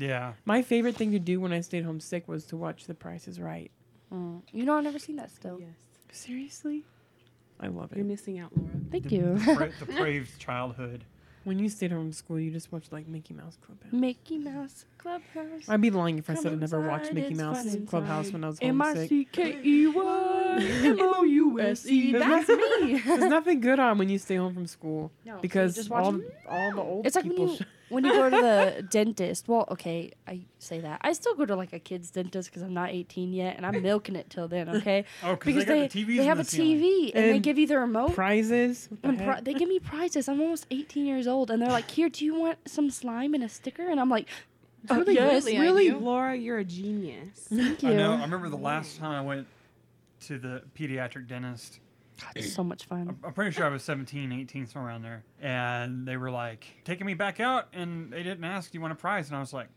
Speaker 4: Yeah,
Speaker 3: My favorite thing to do when I stayed home sick was to watch The Price is Right.
Speaker 2: Mm. You know, I've never seen that still.
Speaker 6: Yes,
Speaker 3: Seriously? I love
Speaker 6: you're
Speaker 3: it.
Speaker 6: missing out, Laura.
Speaker 2: Thank
Speaker 4: The-
Speaker 2: you.
Speaker 4: depra- depraved childhood.
Speaker 3: When you stayed home from school, you just watched like Mickey Mouse Clubhouse.
Speaker 2: Mickey Mouse Clubhouse.
Speaker 3: I'd be lying if I
Speaker 2: Mm. Come
Speaker 3: said I never watched
Speaker 2: inside,
Speaker 3: Mickey
Speaker 2: it's
Speaker 3: Mouse
Speaker 2: fun
Speaker 3: Clubhouse
Speaker 2: inside.
Speaker 3: when I was home sick.
Speaker 2: E M-I-C-K-E-Y.
Speaker 3: M-O-U-S-E.
Speaker 2: That's me.
Speaker 3: There's nothing good on when you stay home from school
Speaker 2: No,
Speaker 3: because
Speaker 2: so you just watch
Speaker 3: all,
Speaker 2: them?
Speaker 3: all the old
Speaker 2: It's like when
Speaker 3: people.
Speaker 2: you-
Speaker 3: sh-
Speaker 2: when you go to the dentist, well, okay, I say that. I still go to like a kid's dentist because I'm not 18 yet, and I'm milking it till then, okay?
Speaker 4: Oh, because
Speaker 2: Because
Speaker 4: they,
Speaker 2: they,
Speaker 4: got the TVs.
Speaker 2: they
Speaker 4: in
Speaker 2: have
Speaker 4: the
Speaker 2: a
Speaker 4: ceiling.
Speaker 2: TV and, they
Speaker 3: And
Speaker 2: give you the remote.
Speaker 3: prizes. What the
Speaker 2: and oh. pri-
Speaker 3: heck?
Speaker 2: they give me prizes. I'm almost 18 years old, and they're like, "Here, do you want some slime and a sticker?" And I'm like, "Oh,
Speaker 5: Really,
Speaker 2: yes,
Speaker 5: really, I
Speaker 2: really,
Speaker 5: do.
Speaker 6: Laura, you're a genius.
Speaker 2: thank you."
Speaker 4: I know. I remember the last time I went to the pediatric dentist.
Speaker 2: God, it's so much fun.
Speaker 4: I'm- I'm pretty sure I was 17, 18, somewhere around there. And they were like taking me back out, and they didn't ask, "Do you want a prize?" And I was like,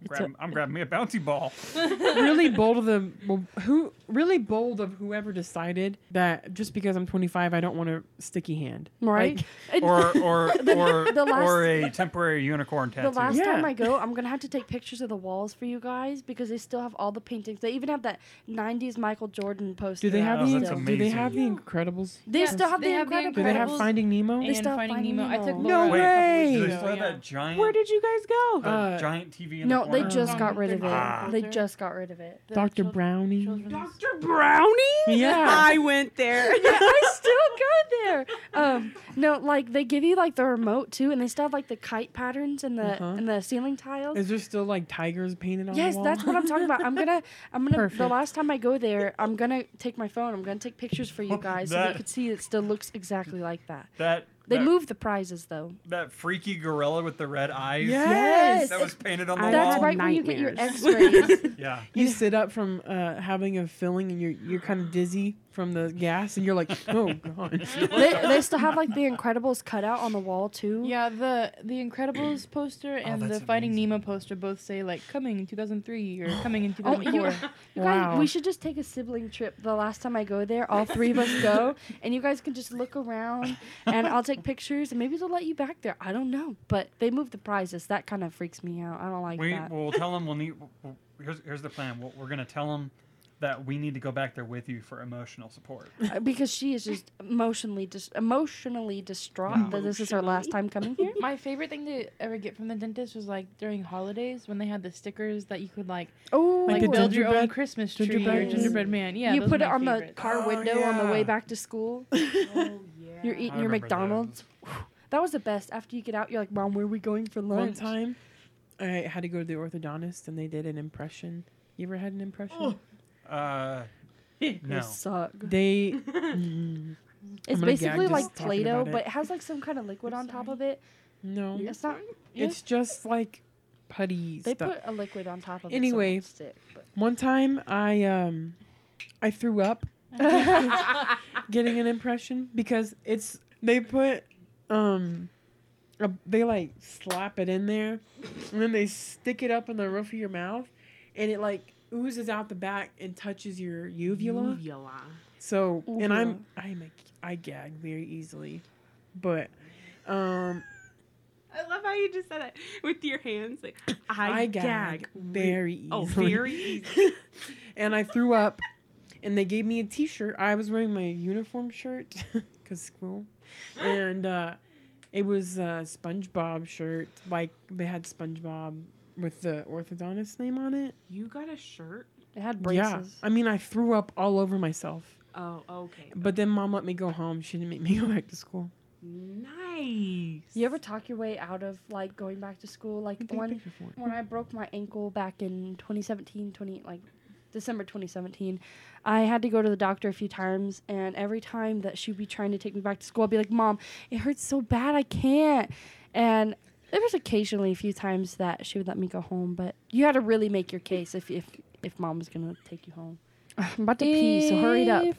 Speaker 2: It's
Speaker 4: grab, i "I'm grabbing me a bouncy ball."
Speaker 3: really bold of the well, who really bold of whoever decided that just because I'm 25 I don't want a sticky hand.
Speaker 2: Right?
Speaker 3: Like,
Speaker 2: And
Speaker 4: or or or
Speaker 2: the last-
Speaker 4: or a temporary unicorn tattoo.
Speaker 2: the last
Speaker 3: Yeah.
Speaker 2: time I go, I'm gonna have to take pictures of the walls for you guys because they still have all the paintings. They even have that '90s Michael Jordan poster.
Speaker 3: do they
Speaker 2: out
Speaker 3: have
Speaker 4: Oh,
Speaker 3: the
Speaker 4: that's
Speaker 2: still.
Speaker 3: Do they
Speaker 4: amazing.
Speaker 3: have the Incredibles?
Speaker 2: They
Speaker 5: Yes,
Speaker 2: still have
Speaker 5: they
Speaker 2: the
Speaker 5: have the
Speaker 2: Incredibles.
Speaker 3: Do they have
Speaker 5: Incredibles.
Speaker 3: Finding Nemo?
Speaker 2: They
Speaker 5: and
Speaker 2: still have
Speaker 5: Finding
Speaker 2: Finding
Speaker 5: Nemo. I
Speaker 2: Nemo.
Speaker 5: took
Speaker 3: No
Speaker 5: Laura
Speaker 3: way.
Speaker 4: Do
Speaker 5: A couple
Speaker 4: they
Speaker 5: weeks
Speaker 4: still
Speaker 5: ago,
Speaker 4: have
Speaker 5: yeah.
Speaker 4: that giant,
Speaker 6: Where did you guys go?
Speaker 4: that
Speaker 3: Uh,
Speaker 4: giant TV? In
Speaker 2: No,
Speaker 4: the
Speaker 2: they
Speaker 4: corner?
Speaker 2: just got rid of it.
Speaker 4: Ah.
Speaker 2: They just got rid of it.
Speaker 5: The
Speaker 3: Dr.
Speaker 5: children-
Speaker 3: Browning.
Speaker 5: children's-
Speaker 6: Dr. Browning?
Speaker 3: Yeah.
Speaker 6: I went there.
Speaker 2: I still go there. Um, no, like they give you like the remote too, and they still have like the kite patterns and the
Speaker 3: Uh-huh.
Speaker 2: and the ceiling tiles.
Speaker 3: Is there still like tigers painted on
Speaker 2: yes,
Speaker 3: the wall?
Speaker 2: that's what I'm talking about. I'm gonna, I'm gonna. The
Speaker 3: Perfect.
Speaker 2: last time I go there, I'm gonna take my phone. I'm gonna take pictures for you guys so you
Speaker 4: That-
Speaker 2: could see it still looks exactly like that.
Speaker 4: that
Speaker 2: They
Speaker 4: That-
Speaker 2: moved the prizes though.
Speaker 4: That freaky gorilla with the red eyes.
Speaker 3: Yes.
Speaker 4: That was painted on the
Speaker 6: I
Speaker 2: That's
Speaker 6: had
Speaker 4: wall.
Speaker 2: right when you get your
Speaker 6: nightmares.
Speaker 2: X-rays.
Speaker 4: Yeah.
Speaker 3: You sit up from uh, having a filling and you're you're kind of dizzy from the gas and you're like, oh god.
Speaker 2: they, they still have like the Incredibles cutout on the wall too.
Speaker 5: Yeah, the the Incredibles poster and the
Speaker 4: that's
Speaker 5: Finding
Speaker 4: amazing.
Speaker 5: Nemo poster both say like coming in 2003 or coming in
Speaker 2: Oh, you,
Speaker 5: 2004.
Speaker 2: you guys,
Speaker 3: Wow.
Speaker 2: we should just take a sibling trip. The last time I go there, all three of us go, and you guys can just look around, and I'll take pictures, and maybe they'll let you back there. I don't know, but they moved the prizes. That kind of freaks me out. I don't like
Speaker 4: We
Speaker 2: that.
Speaker 4: will tell them we'll need. We'll, here's here's the plan. We're, we're gonna tell them that we need to go back there with you for emotional support.
Speaker 2: Uh, because she is just emotionally dis- emotionally distraught that this is her last time coming here.
Speaker 5: My favorite thing to ever get from the dentist was like during holidays when they had the stickers that you could like
Speaker 2: Oh,
Speaker 3: Like
Speaker 5: like
Speaker 3: the
Speaker 5: build your own
Speaker 3: gingerbread-
Speaker 5: Christmas tree
Speaker 3: gingerbread
Speaker 5: or
Speaker 2: man.
Speaker 5: gingerbread man. Yeah,
Speaker 2: you
Speaker 5: those
Speaker 2: put it
Speaker 5: are my
Speaker 2: on
Speaker 5: favorites.
Speaker 2: the car
Speaker 4: Oh,
Speaker 2: window on the
Speaker 4: yeah.
Speaker 2: way back to school. Oh, You're eating your
Speaker 4: remember those.
Speaker 2: McDonald's. That was the best. After you get out, you're like, Mom, where are we going for
Speaker 3: One
Speaker 2: lunch?
Speaker 3: time, I had to go to the orthodontist and they did an impression. You ever had an impression?
Speaker 2: Oh,
Speaker 4: Uh,
Speaker 2: They
Speaker 4: no.
Speaker 2: suck.
Speaker 3: They. Mm,
Speaker 2: It's
Speaker 3: gonna gag
Speaker 2: basically
Speaker 3: just
Speaker 2: like
Speaker 3: talking
Speaker 2: Play Doh,
Speaker 3: about it.
Speaker 2: but it has like some kind of liquid on top of it.
Speaker 3: no.
Speaker 2: It's not.
Speaker 3: It's just like putty
Speaker 2: They
Speaker 3: stuff.
Speaker 2: put a liquid on top of
Speaker 3: Anyway.
Speaker 2: it. so it.
Speaker 3: One time, I um, I threw up getting an impression because it's they put um, a, they like slap it in there, and then they stick it up in the roof of your mouth, and it like oozes out the back and touches your uvula.
Speaker 6: Uvula.
Speaker 3: So and I'm
Speaker 2: Uvula.
Speaker 3: I'm a, I gag very easily, but um,
Speaker 6: I love how you just said it with your hands. Like, I,
Speaker 3: I, gag, very easily.
Speaker 6: Oh, very easy.
Speaker 3: and I threw up, and they gave me a T-shirt. I was wearing my uniform shirt because school, and uh, it was a SpongeBob shirt. Like they had SpongeBob with the orthodontist name on it.
Speaker 6: You got a shirt?
Speaker 2: It had braces.
Speaker 3: Yeah, I mean I threw up all over myself.
Speaker 6: Oh, okay.
Speaker 3: But then mom let me go home. She didn't make me go back to school.
Speaker 6: Nice.
Speaker 2: You ever talk your way out of like going back to school? Like
Speaker 3: Take a
Speaker 2: when
Speaker 3: picture for it.
Speaker 2: when I broke my ankle back in 2017, 20 like December 2017, I had to go to the doctor a few times, and every time that she'd be trying to take me back to school, I'd be like, "Mom, it hurts so bad, I can't." And there was occasionally a few times that she would let me go home, but you had to really make your case if if if mom was gonna take you home. I'm about to pee, so hurry up.
Speaker 5: If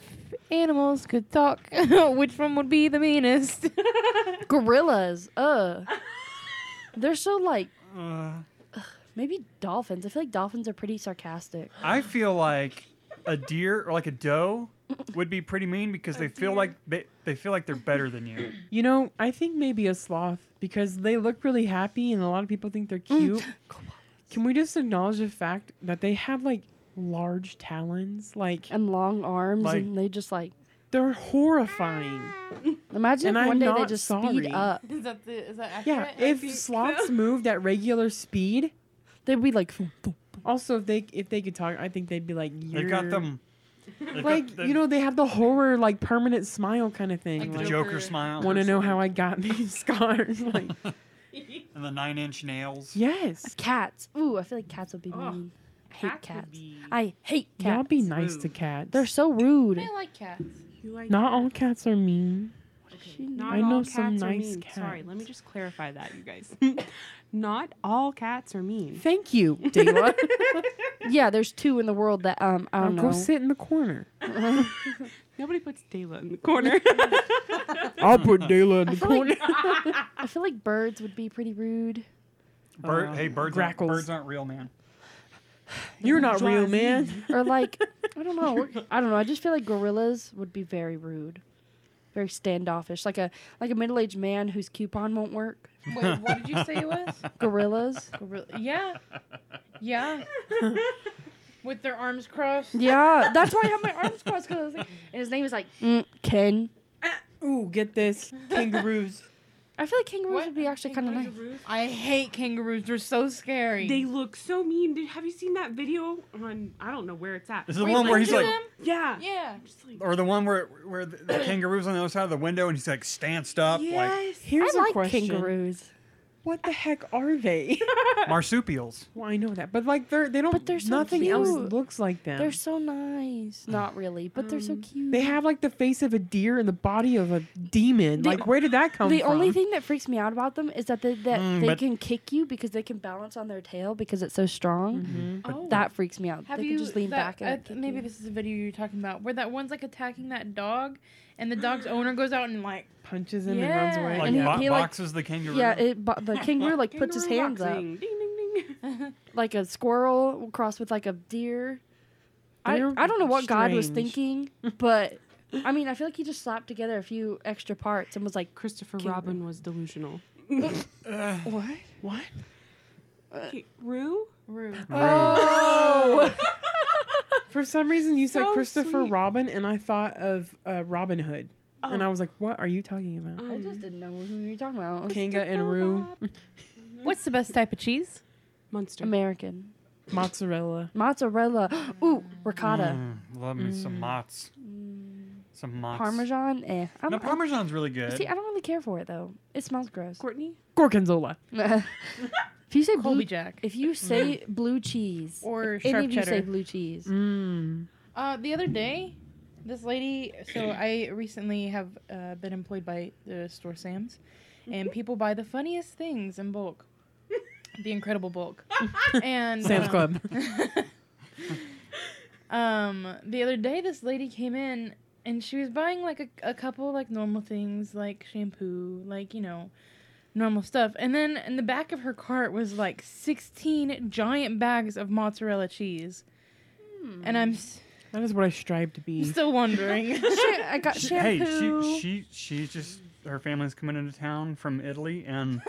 Speaker 5: animals could talk, which one would be the meanest?
Speaker 2: Gorillas, uh, they're so like
Speaker 4: Uh,
Speaker 2: maybe dolphins. I feel like dolphins are pretty sarcastic.
Speaker 4: I feel like a deer or like a doe would be pretty mean because they feel like they, they feel like they're better than you.
Speaker 3: You know, I think maybe a sloth because they look really happy and a lot of people think they're
Speaker 2: Mm.
Speaker 3: cute. Can we just acknowledge the fact that they have like large talons? Like
Speaker 2: And long arms,
Speaker 4: Like-
Speaker 2: and they just like
Speaker 3: they're horrifying.
Speaker 2: Imagine
Speaker 3: And
Speaker 2: if
Speaker 3: I'm
Speaker 2: one day they
Speaker 3: not
Speaker 2: just
Speaker 3: sorry.
Speaker 2: speed up.
Speaker 5: is that the is that
Speaker 3: Yeah,
Speaker 5: accurate?
Speaker 3: if sloths moved at regular speed,
Speaker 2: They'd be like,
Speaker 3: also if they if they could talk, I think they'd be like
Speaker 4: They've got
Speaker 3: "Yer."
Speaker 4: them they've got
Speaker 3: like
Speaker 4: the-
Speaker 3: you know they have the horror like permanent smile kind of
Speaker 4: the
Speaker 3: thing. Like,
Speaker 4: Joker,
Speaker 5: Joker.
Speaker 4: smile
Speaker 3: want to know how I got these scars? Like
Speaker 4: and the nine inch nails.
Speaker 3: yes,
Speaker 2: cats. Ooh, I feel like cats would be
Speaker 6: Ugh,
Speaker 2: mean. I hate
Speaker 6: Cat
Speaker 2: cats.
Speaker 6: would be-
Speaker 2: I hate
Speaker 3: y'all
Speaker 2: cats.
Speaker 3: be nice to
Speaker 6: Ooh.
Speaker 3: cats.
Speaker 2: They're so rude.
Speaker 5: I like cats.
Speaker 6: You like
Speaker 3: not all cats are mean.
Speaker 6: Okay, Not
Speaker 3: I
Speaker 6: all
Speaker 3: know
Speaker 6: cats
Speaker 3: some
Speaker 6: are
Speaker 3: nice
Speaker 6: mean. Sorry, let me
Speaker 3: cats.
Speaker 6: just clarify that, you guys. Not all cats are mean.
Speaker 3: Thank you, Dayla.
Speaker 2: Yeah, there's two in the world that um I
Speaker 3: I'll
Speaker 2: don't
Speaker 3: go
Speaker 2: know.
Speaker 3: sit in the corner.
Speaker 6: Nobody puts Dayla in the corner.
Speaker 3: I'll put Dayla in the
Speaker 2: feel like- I feel like birds would be pretty rude.
Speaker 4: Bird,
Speaker 3: Uh,
Speaker 4: hey, birds aren't,
Speaker 3: grackles.
Speaker 4: birds aren't real, man.
Speaker 3: You're not real, man.
Speaker 2: Or like I don't know. we're- I don't know. I just feel like gorillas would be very rude. Very standoffish. Like a like a middle aged man whose coupon won't work.
Speaker 5: Wait, what did you say it was?
Speaker 2: Gorillas.
Speaker 5: Gorilla- Yeah, yeah. With their arms crossed.
Speaker 2: yeah. That's why I have my arms crossed 'cause I was like- and his name is like mm, Ken.
Speaker 3: Ooh, get this. Kangaroos.
Speaker 2: I feel like kangaroos
Speaker 5: What?
Speaker 2: would be actually kind of nice.
Speaker 5: I hate kangaroos. They're so scary.
Speaker 6: They look so mean. Did, have you seen that video on? I don't know where it's at.
Speaker 4: This is the one where he's like,
Speaker 6: Yeah.
Speaker 5: yeah.
Speaker 6: Just like-
Speaker 4: or the one where where the, the kangaroo's on the other side of the window and he's like stanced up, like
Speaker 6: yes.
Speaker 3: Here's
Speaker 2: I
Speaker 3: a
Speaker 2: like
Speaker 3: question.
Speaker 2: kangaroos.
Speaker 3: What the heck are they?
Speaker 4: Marsupials.
Speaker 3: well, I know that, but like they're they don't.
Speaker 2: But they're so
Speaker 3: nothing else
Speaker 2: cute.
Speaker 3: looks like them.
Speaker 2: They're so nice. Not really, but they're so
Speaker 6: Um,
Speaker 2: cute.
Speaker 3: they have like the face of a deer and the body of a demon.
Speaker 2: The-
Speaker 3: like where did that come
Speaker 2: the
Speaker 3: from?
Speaker 2: only thing that freaks me out about them is that they, that
Speaker 4: Mm,
Speaker 2: they
Speaker 4: but-
Speaker 2: can kick you because they can balance on their tail because it's so strong.
Speaker 5: Oh.
Speaker 2: That freaks me out.
Speaker 5: Have
Speaker 2: they
Speaker 5: you
Speaker 2: can just lean
Speaker 5: that-
Speaker 2: back
Speaker 5: uh,
Speaker 2: and kick
Speaker 5: maybe
Speaker 2: you.
Speaker 5: this is the video you're talking about where that one's like attacking that dog, and the dog's owner goes out and like
Speaker 3: punches him and runs
Speaker 5: Yeah.
Speaker 3: away.
Speaker 4: Like
Speaker 2: And he-
Speaker 4: bo-
Speaker 2: he, like-
Speaker 4: boxes the kangaroo.
Speaker 2: yeah, it, but the kangaroo like puts his
Speaker 6: Kangaroo
Speaker 2: hands up
Speaker 6: boxing. Ding ding ding.
Speaker 2: like a squirrel crossed with like a deer. I,
Speaker 3: They're
Speaker 2: I don't know what God was
Speaker 3: strange.
Speaker 2: thinking, but I mean I feel like he just slapped together a few extra parts and was like,
Speaker 6: Christopher
Speaker 2: Kangaroo.
Speaker 6: Robin was delusional.
Speaker 4: Ugh.
Speaker 3: what? What?
Speaker 6: Rue?
Speaker 5: Rue.
Speaker 4: Mm.
Speaker 2: "Oh,
Speaker 3: For some reason, you said
Speaker 6: So
Speaker 3: Christopher
Speaker 6: sweet. Oh.
Speaker 3: Robin, and I thought of uh, Robin Hood, and I was like, "What are you talking about?"
Speaker 6: Um,
Speaker 2: I just didn't know who you were talking about."
Speaker 3: Kanga and Rue,
Speaker 5: What's the best type of cheese?
Speaker 6: Monster.
Speaker 2: American
Speaker 3: mozzarella.
Speaker 2: mozzarella, ooh ricotta, Mm,
Speaker 4: Mm, love me some mozz. Some mozz.
Speaker 2: parmesan. Eh, I
Speaker 4: No,
Speaker 2: don't, I-
Speaker 4: parmesan's really good.
Speaker 2: see, I don't really care for it though. It smells gross.
Speaker 6: Courtney?
Speaker 3: Gorgonzola.
Speaker 2: if you say blue,
Speaker 5: Colby Jack.
Speaker 2: if you say blue cheese,
Speaker 5: Or
Speaker 2: if any
Speaker 5: sharp
Speaker 2: of you say
Speaker 5: cheddar.
Speaker 2: blue cheese,
Speaker 3: Mm.
Speaker 5: Uh, the other day, this lady. So I recently have uh, been employed by the store Sam's,
Speaker 2: Mm-hmm.
Speaker 5: and people buy the funniest things in bulk, the incredible bulk. and
Speaker 3: Sam's
Speaker 5: um,
Speaker 3: Club.
Speaker 5: um, the other day, this lady came in and she was buying like a, a couple like normal things, like shampoo, like you know, normal stuff. And then in the back of her cart was like sixteen giant bags of mozzarella cheese.
Speaker 2: Hmm.
Speaker 5: And I'm s-
Speaker 3: That is what I strive to be.
Speaker 5: still wondering.
Speaker 2: Sha- I got
Speaker 4: She- hey,
Speaker 2: shampoo.
Speaker 4: she she she's just her family's coming into town from Italy, and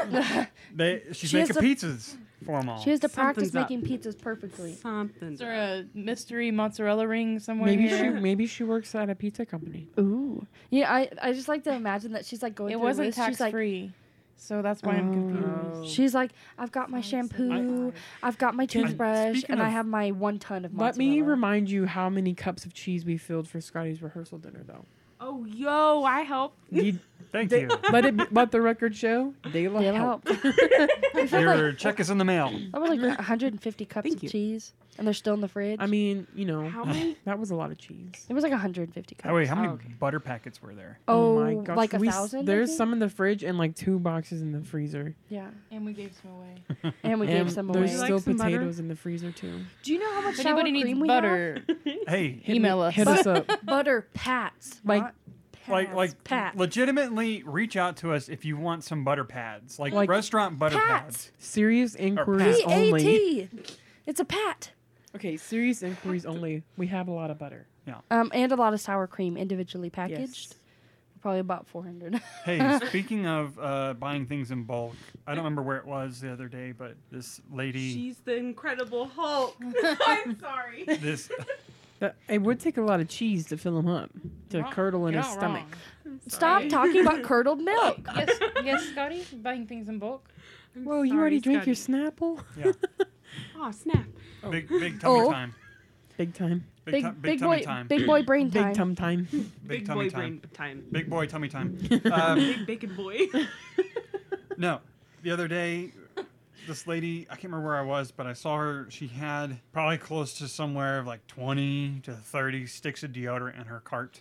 Speaker 4: they she's
Speaker 2: She has
Speaker 4: making pizzas for them all.
Speaker 2: She has to
Speaker 6: Something's
Speaker 2: practice
Speaker 6: up.
Speaker 2: making pizzas perfectly.
Speaker 6: Something.
Speaker 5: Is there a mystery mozzarella ring somewhere?
Speaker 3: Maybe she
Speaker 5: here?
Speaker 3: maybe she works at a pizza company.
Speaker 2: Ooh. Yeah, I, I just like to imagine that she's like going
Speaker 5: It
Speaker 2: through a
Speaker 5: wasn't
Speaker 2: list. She's
Speaker 5: tax
Speaker 2: like,
Speaker 5: free, so that's why I'm confused.
Speaker 3: Oh.
Speaker 2: She's like, I've got my shampoo, I've got my
Speaker 3: Can-
Speaker 2: toothbrush,
Speaker 4: speaking
Speaker 2: and I
Speaker 4: of-
Speaker 2: have my one ton of
Speaker 3: Let me
Speaker 2: mozzarella."
Speaker 3: remind you how many cups of cheese we filled for Scotty's rehearsal dinner, though.
Speaker 6: Oh, yo, I help.
Speaker 3: You,
Speaker 4: Thank
Speaker 3: they-
Speaker 4: you.
Speaker 3: let it be, let the record show. They will
Speaker 2: They'll
Speaker 3: help.
Speaker 2: help.
Speaker 4: Your check is in the mail.
Speaker 2: I was like 150 cups
Speaker 6: Thank
Speaker 2: of
Speaker 6: you.
Speaker 2: cheese, and they're still in the fridge.
Speaker 3: I mean, you know,
Speaker 6: How many?
Speaker 3: that was a lot of cheese.
Speaker 2: it was like 150 cups.
Speaker 4: Oh wait, how many
Speaker 6: Oh, okay.
Speaker 4: butter packets were there?
Speaker 2: Oh, like a
Speaker 3: We s-
Speaker 2: thousand. I
Speaker 3: There's
Speaker 2: think?
Speaker 3: some in the fridge and like two boxes in the freezer.
Speaker 2: Yeah,
Speaker 5: And we gave some away.
Speaker 2: and we
Speaker 3: And
Speaker 2: gave some away.
Speaker 3: There's
Speaker 6: like
Speaker 3: still
Speaker 6: some butter?
Speaker 3: potatoes in the freezer too.
Speaker 2: Do you know how much
Speaker 5: If
Speaker 2: sour
Speaker 5: anybody
Speaker 2: cream
Speaker 5: needs
Speaker 2: we
Speaker 5: butter,
Speaker 4: Hey,
Speaker 3: Hit
Speaker 5: Email
Speaker 3: me-
Speaker 5: us.
Speaker 3: Hit us up.
Speaker 2: have? Butter pats,
Speaker 3: Like-
Speaker 2: not pats,
Speaker 4: like like
Speaker 2: pats.
Speaker 4: legitimately reach out to us if you want some butter pads, like,
Speaker 3: Like-
Speaker 4: restaurant butter
Speaker 2: Pats.
Speaker 4: pads.
Speaker 3: Serious inquiries
Speaker 2: P A
Speaker 3: only.
Speaker 2: T. It's a pat.
Speaker 3: Okay, serious inquiries only. We have a lot of butter.
Speaker 2: Um, and a lot of sour cream individually packaged.
Speaker 3: Yes.
Speaker 2: Probably about 400.
Speaker 4: Hey, speaking of uh, buying things in bulk, I don't remember where it was the other day, but this lady,
Speaker 6: She's the Incredible Hulk. I'm sorry.
Speaker 4: this
Speaker 3: That- it would take a lot of cheese to fill him up to
Speaker 5: Wrong.
Speaker 3: curdle in
Speaker 5: You're
Speaker 3: his
Speaker 5: not
Speaker 3: stomach.
Speaker 5: wrong.
Speaker 2: Stop talking about curdled milk.
Speaker 5: yes, yes, Scotty, buying things in bulk.
Speaker 6: I'm
Speaker 3: Whoa, you
Speaker 6: sorry,
Speaker 3: already drank your
Speaker 6: Scotty.
Speaker 3: Snapple?
Speaker 4: Yeah.
Speaker 6: Aw, snap.
Speaker 4: big big tummy
Speaker 2: Oh.
Speaker 4: time,
Speaker 3: Big time.
Speaker 4: big
Speaker 2: Big,
Speaker 4: tu-
Speaker 2: big,
Speaker 4: big tummy
Speaker 2: boy,
Speaker 4: time,
Speaker 2: big boy brain time.
Speaker 3: Big tum time.
Speaker 4: big tummy
Speaker 6: boy
Speaker 4: time,
Speaker 6: brain time.
Speaker 4: big boy tummy time. Um,
Speaker 6: Big bacon boy.
Speaker 4: No, the other day, this lady, I can't remember where I was, but I saw her. She had probably close to somewhere of like 20 to 30 sticks of deodorant in her cart.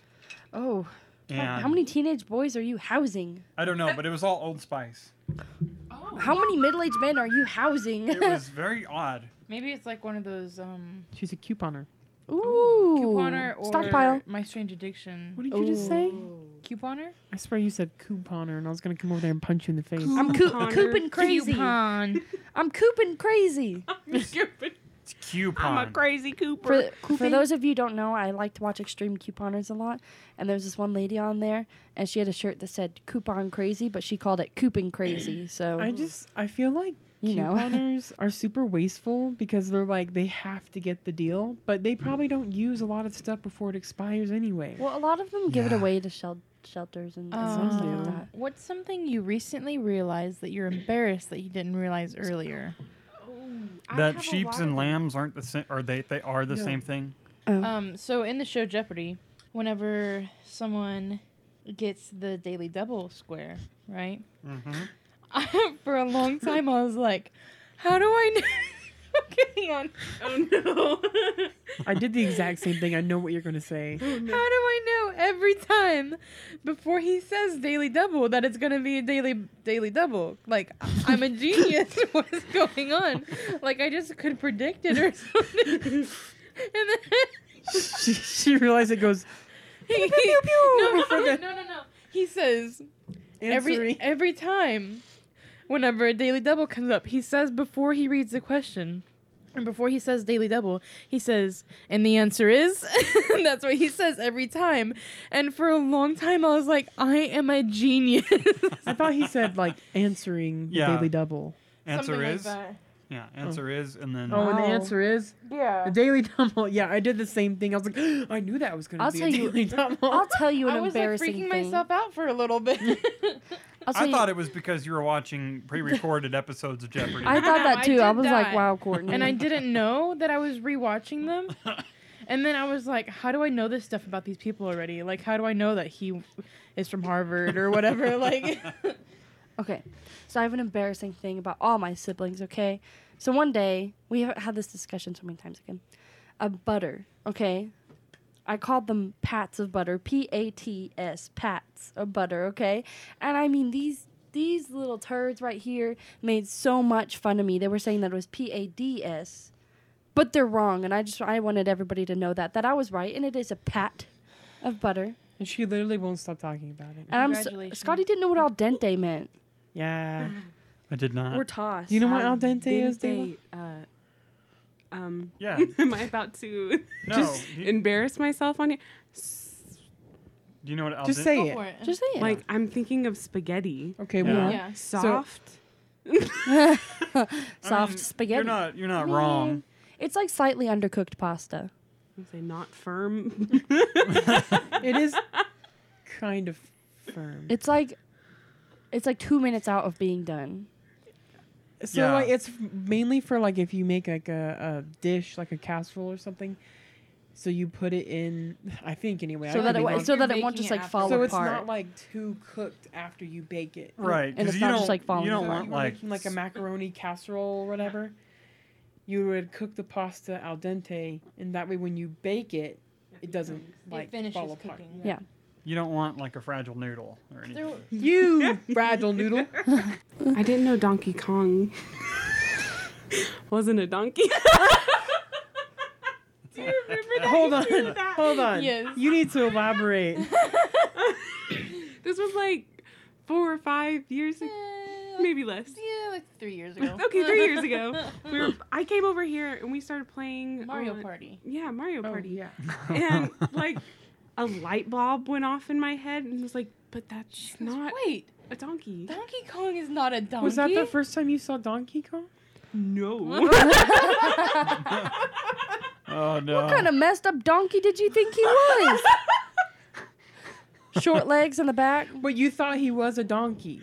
Speaker 2: Oh,
Speaker 4: And
Speaker 2: how many teenage boys are you housing?
Speaker 4: I don't know, but it was all Old Spice.
Speaker 2: How many middle-aged men are you housing?
Speaker 4: It was very odd.
Speaker 5: Maybe it's like one of those um
Speaker 3: She's a couponer.
Speaker 2: Ooh,
Speaker 5: couponer or
Speaker 2: stockpile.
Speaker 5: My Strange Addiction.
Speaker 3: What did you just say?
Speaker 5: Couponer?
Speaker 3: I swear you said couponer, and I was gonna come over there and punch you in the face.
Speaker 2: I'm coo-
Speaker 6: Couponer.
Speaker 2: cooping crazy.
Speaker 5: Coupon.
Speaker 2: I'm cooping crazy.
Speaker 4: It's coupon.
Speaker 6: I'm a crazy Cooper.
Speaker 2: For, for those of you who don't know, I like to watch Extreme Couponers a lot, and there was this one lady on there, and she had a shirt that said "Coupon Crazy," but she called it "Cooping Crazy." So
Speaker 3: I just I feel like
Speaker 2: You know.
Speaker 3: couponers are super wasteful because they're like they have to get the deal, but they probably don't use a lot of stuff before it expires anyway.
Speaker 2: Well, a lot of them give it
Speaker 4: Yeah.
Speaker 2: away to shel- shelters and, and
Speaker 3: Um,
Speaker 2: stuff
Speaker 5: Oh.
Speaker 2: like that.
Speaker 5: what's something you recently realized that you're embarrassed that you didn't realize earlier?
Speaker 6: I have a
Speaker 4: that sheeps
Speaker 6: lot
Speaker 4: and
Speaker 6: of-
Speaker 4: lambs aren't the same, or they, they are the
Speaker 3: No.
Speaker 4: same thing.
Speaker 5: Um, so in the show Jeopardy, whenever someone gets the daily double square, right?
Speaker 4: Mm-hmm.
Speaker 5: for a long time, I was like, how do I know? okay, hang on.
Speaker 6: Oh no.
Speaker 3: I did the exact same thing. I know what you're gonna say.
Speaker 6: Oh,
Speaker 5: How do I know every time before he says daily double that it's gonna be a daily daily double? Like I'm a genius. what is going on? Like I just could predict it or something. and then
Speaker 3: She, she realized it goes
Speaker 5: he,
Speaker 3: pew, pew,
Speaker 5: no, no,
Speaker 3: for
Speaker 5: no, no,
Speaker 3: the-
Speaker 5: no, no. He says
Speaker 3: answering.
Speaker 5: every every time whenever a daily double comes up he says before he reads the question and before he says daily double he says and the answer is and that's what he says every time and for a long time i was like i am a genius
Speaker 3: I thought he said like answering
Speaker 4: Yeah.
Speaker 3: daily double.
Speaker 4: Answer
Speaker 5: Something like
Speaker 4: is
Speaker 5: that.
Speaker 4: yeah. Answer is and then
Speaker 3: Oh, and the
Speaker 2: Wow.
Speaker 3: answer is the
Speaker 5: yeah
Speaker 3: daily double. Yeah, I did the same thing. I was like, I knew that was gonna
Speaker 2: I'll
Speaker 3: be
Speaker 2: tell
Speaker 3: a
Speaker 2: you-
Speaker 3: daily double.
Speaker 2: I'll tell you an
Speaker 5: i was like
Speaker 2: embarrassing
Speaker 5: freaking
Speaker 2: thing.
Speaker 5: myself out for a little bit
Speaker 2: I'll tell
Speaker 4: I
Speaker 2: you-
Speaker 4: thought it was because you were watching pre-recorded episodes of Jeopardy.
Speaker 2: I thought that
Speaker 5: I
Speaker 2: too. I,
Speaker 5: did
Speaker 2: was like,
Speaker 5: that.
Speaker 2: wow, Courtney.
Speaker 5: and i didn't know that i was rewatching them And then I was like, how do I know this stuff about these people already? Like, how do I know that he is from Harvard or whatever? like,
Speaker 2: Okay, so I have an embarrassing thing about all my siblings. Okay, so one day we have had this discussion so many times again. A butter. Okay, I called them pats of butter. P A T S pats of butter. Okay, and I mean these these little turds right here made so much fun of me. They were saying that it was P A D S, but they're wrong. And I just I wanted everybody to know that that I was right, and it is a pat of butter.
Speaker 3: and she literally won't stop talking about it.
Speaker 2: And I'm s-
Speaker 5: Congratulations.
Speaker 2: Scotty didn't know what al dente meant.
Speaker 3: Yeah.
Speaker 4: I did not.
Speaker 2: We're tossed.
Speaker 3: Uh, You know what al dente is, Dayla?
Speaker 6: Didn't they, uh, um,
Speaker 4: yeah.
Speaker 6: am I about to
Speaker 4: No.
Speaker 3: Just
Speaker 4: you-
Speaker 6: embarrass myself on you? S-
Speaker 4: do you know what? Al
Speaker 3: Just
Speaker 4: dente-
Speaker 3: say it.
Speaker 5: it.
Speaker 2: Just saying.
Speaker 6: Like I'm thinking of spaghetti.
Speaker 3: Okay,
Speaker 4: Yeah.
Speaker 3: well,
Speaker 5: yeah.
Speaker 6: Soft.
Speaker 4: I
Speaker 2: soft
Speaker 4: mean,
Speaker 2: spaghetti.
Speaker 4: You're not. You're not
Speaker 2: I mean,
Speaker 4: wrong.
Speaker 2: It's like slightly undercooked pasta.
Speaker 6: I say not firm.
Speaker 3: it is kind of firm.
Speaker 2: It's like it's like two minutes out of being done.
Speaker 3: So
Speaker 4: Yeah.
Speaker 3: like it's f- mainly for like if you make like a, a dish like a casserole or something, so you put it in. I think anyway. I
Speaker 2: So
Speaker 3: could
Speaker 2: that
Speaker 3: be
Speaker 2: it wa-
Speaker 3: wrong.
Speaker 2: so
Speaker 5: You're
Speaker 2: that it won't
Speaker 5: baking
Speaker 2: just
Speaker 5: it
Speaker 2: like
Speaker 5: after.
Speaker 2: fall
Speaker 3: so it's
Speaker 2: apart.
Speaker 3: not like too cooked after you bake it.
Speaker 4: Right.
Speaker 2: and
Speaker 4: 'cause
Speaker 2: it's
Speaker 4: you
Speaker 2: not
Speaker 4: don't,
Speaker 2: just, like, falling
Speaker 4: You don't
Speaker 2: apart.
Speaker 4: want
Speaker 3: you were
Speaker 4: like.
Speaker 3: making like a macaroni casserole or whatever. You would cook the pasta al dente, and that way when you bake it, it doesn't like fall apart.
Speaker 2: Yeah.
Speaker 4: You don't want like a fragile noodle or anything.
Speaker 3: You fragile noodle.
Speaker 6: I didn't know Donkey Kong wasn't a donkey. Do you remember that?
Speaker 3: Hold
Speaker 6: You
Speaker 3: on,
Speaker 6: do that.
Speaker 3: hold on.
Speaker 5: Yes.
Speaker 3: You need to elaborate.
Speaker 6: This was like four or five years ago, maybe less.
Speaker 5: Yeah, like three years ago.
Speaker 6: Okay, three years ago. We were, I came over here and we started playing
Speaker 5: Mario
Speaker 6: on-
Speaker 5: Party.
Speaker 6: Yeah, Mario Party.
Speaker 3: yeah.
Speaker 6: And like a light bulb went off in my head and was like, but that's not
Speaker 5: Wait,
Speaker 6: a donkey.
Speaker 5: Donkey Kong is not a donkey.
Speaker 3: Was that the first time you saw Donkey Kong?
Speaker 6: No.
Speaker 4: Oh no.
Speaker 2: What kind of messed up donkey did you think he was? Short legs in the back.
Speaker 3: But you thought he was a donkey,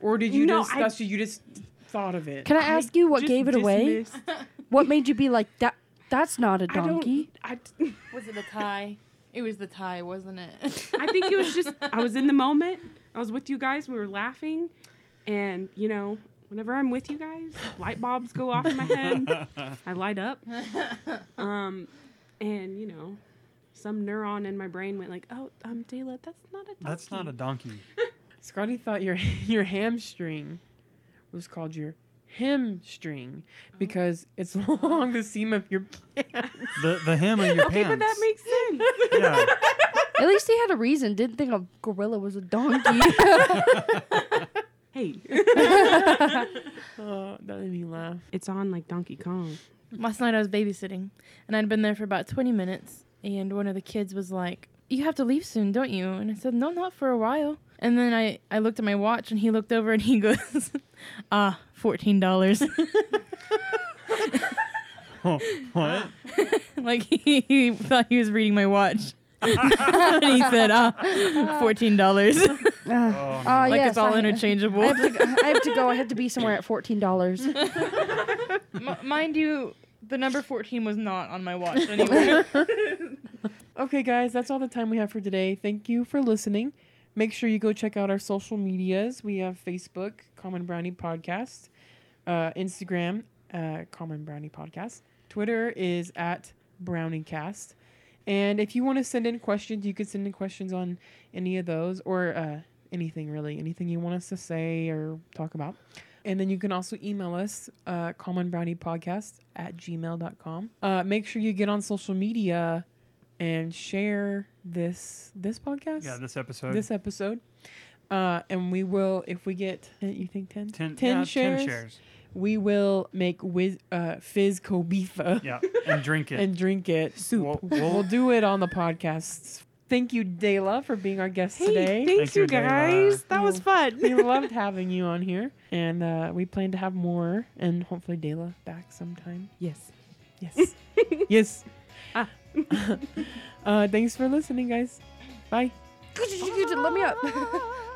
Speaker 3: or did you
Speaker 6: No,
Speaker 3: just?
Speaker 6: I-
Speaker 3: That's you just thought of it.
Speaker 2: Can I ask you what
Speaker 6: Just
Speaker 2: gave it away?
Speaker 6: dismissed.
Speaker 2: What made you be like that? That's not a
Speaker 6: I don't-
Speaker 2: donkey.
Speaker 6: I,
Speaker 5: was it the tie? It was the tie, wasn't it?
Speaker 6: I think it was just I was in the moment. I was with you guys. We were laughing, and you know, whenever I'm with you guys, light bulbs go off in my head. I light up. Um, and you know, some neuron in my brain went like, "Oh, um, Dayla, that's not a donkey.
Speaker 4: That's not a donkey.
Speaker 3: Scotty thought your your hamstring was called your hemstring because it's along the seam of your pants.
Speaker 4: The the hem of your
Speaker 6: okay, but that
Speaker 4: pants.
Speaker 6: makes sense.
Speaker 4: yeah.
Speaker 2: At least he had a reason. Didn't think a gorilla was a donkey.
Speaker 6: hey,
Speaker 3: Oh, that made me laugh.
Speaker 6: it's on like Donkey Kong.
Speaker 5: Last night I was babysitting, and I'd been there for about 20 minutes, and one of the kids was like, "You have to leave soon, don't you?" And I said, "No, not for a while." And then I I looked at my watch, and he looked over, and he goes, "Ah, fourteen dollars."
Speaker 4: Oh, what?
Speaker 5: like he, he thought he was reading my watch. and he said, "Ah, fourteen dollars."
Speaker 4: Oh,
Speaker 2: Uh,
Speaker 5: like
Speaker 2: yes,
Speaker 5: it's all
Speaker 2: I-
Speaker 5: interchangeable.
Speaker 2: I have, to, go- I have to go. I have to be somewhere at fourteen dollars.
Speaker 5: M- mind you, the number fourteen was not on my watch anyway.
Speaker 3: Okay, guys, that's all the time we have for today. Thank you for listening. Make sure you go check out our social medias. We have Facebook, Common Brownie Podcast, uh, Instagram, uh, Common Brownie Podcast. Twitter is at BrownieCast. And if you want to send in questions, you can send in questions on any of those or uh, anything really, anything you want us to say or talk about. And then you can also email us, uh, commonbrowniepodcast at gmail.com. Uh, make sure you get on social media and share this this podcast,
Speaker 4: Yeah, this episode.
Speaker 3: this episode. Uh, and we will, if we get, eh, you think 10?
Speaker 4: 10,
Speaker 3: 10
Speaker 4: yeah,
Speaker 3: shares,
Speaker 4: 10 shares.
Speaker 3: We will make whiz, uh, Fizz Cobifa
Speaker 4: Yeah, and drink it.
Speaker 3: and drink it.
Speaker 4: Soup. We'll- we'll-
Speaker 3: We'll, do it on the podcast. Thank you, Dayla, for being our guest
Speaker 6: Hey,
Speaker 3: today.
Speaker 6: thanks
Speaker 4: Thank you,
Speaker 6: you
Speaker 4: Dayla.
Speaker 6: guys. That was
Speaker 3: You're-
Speaker 6: fun.
Speaker 3: we loved having you on here, and uh, we plan to have more, and hopefully Dayla back sometime.
Speaker 6: Yes.
Speaker 3: Yes, yes.
Speaker 6: Ah.
Speaker 3: uh, thanks for listening, guys. Bye.
Speaker 2: Let me up.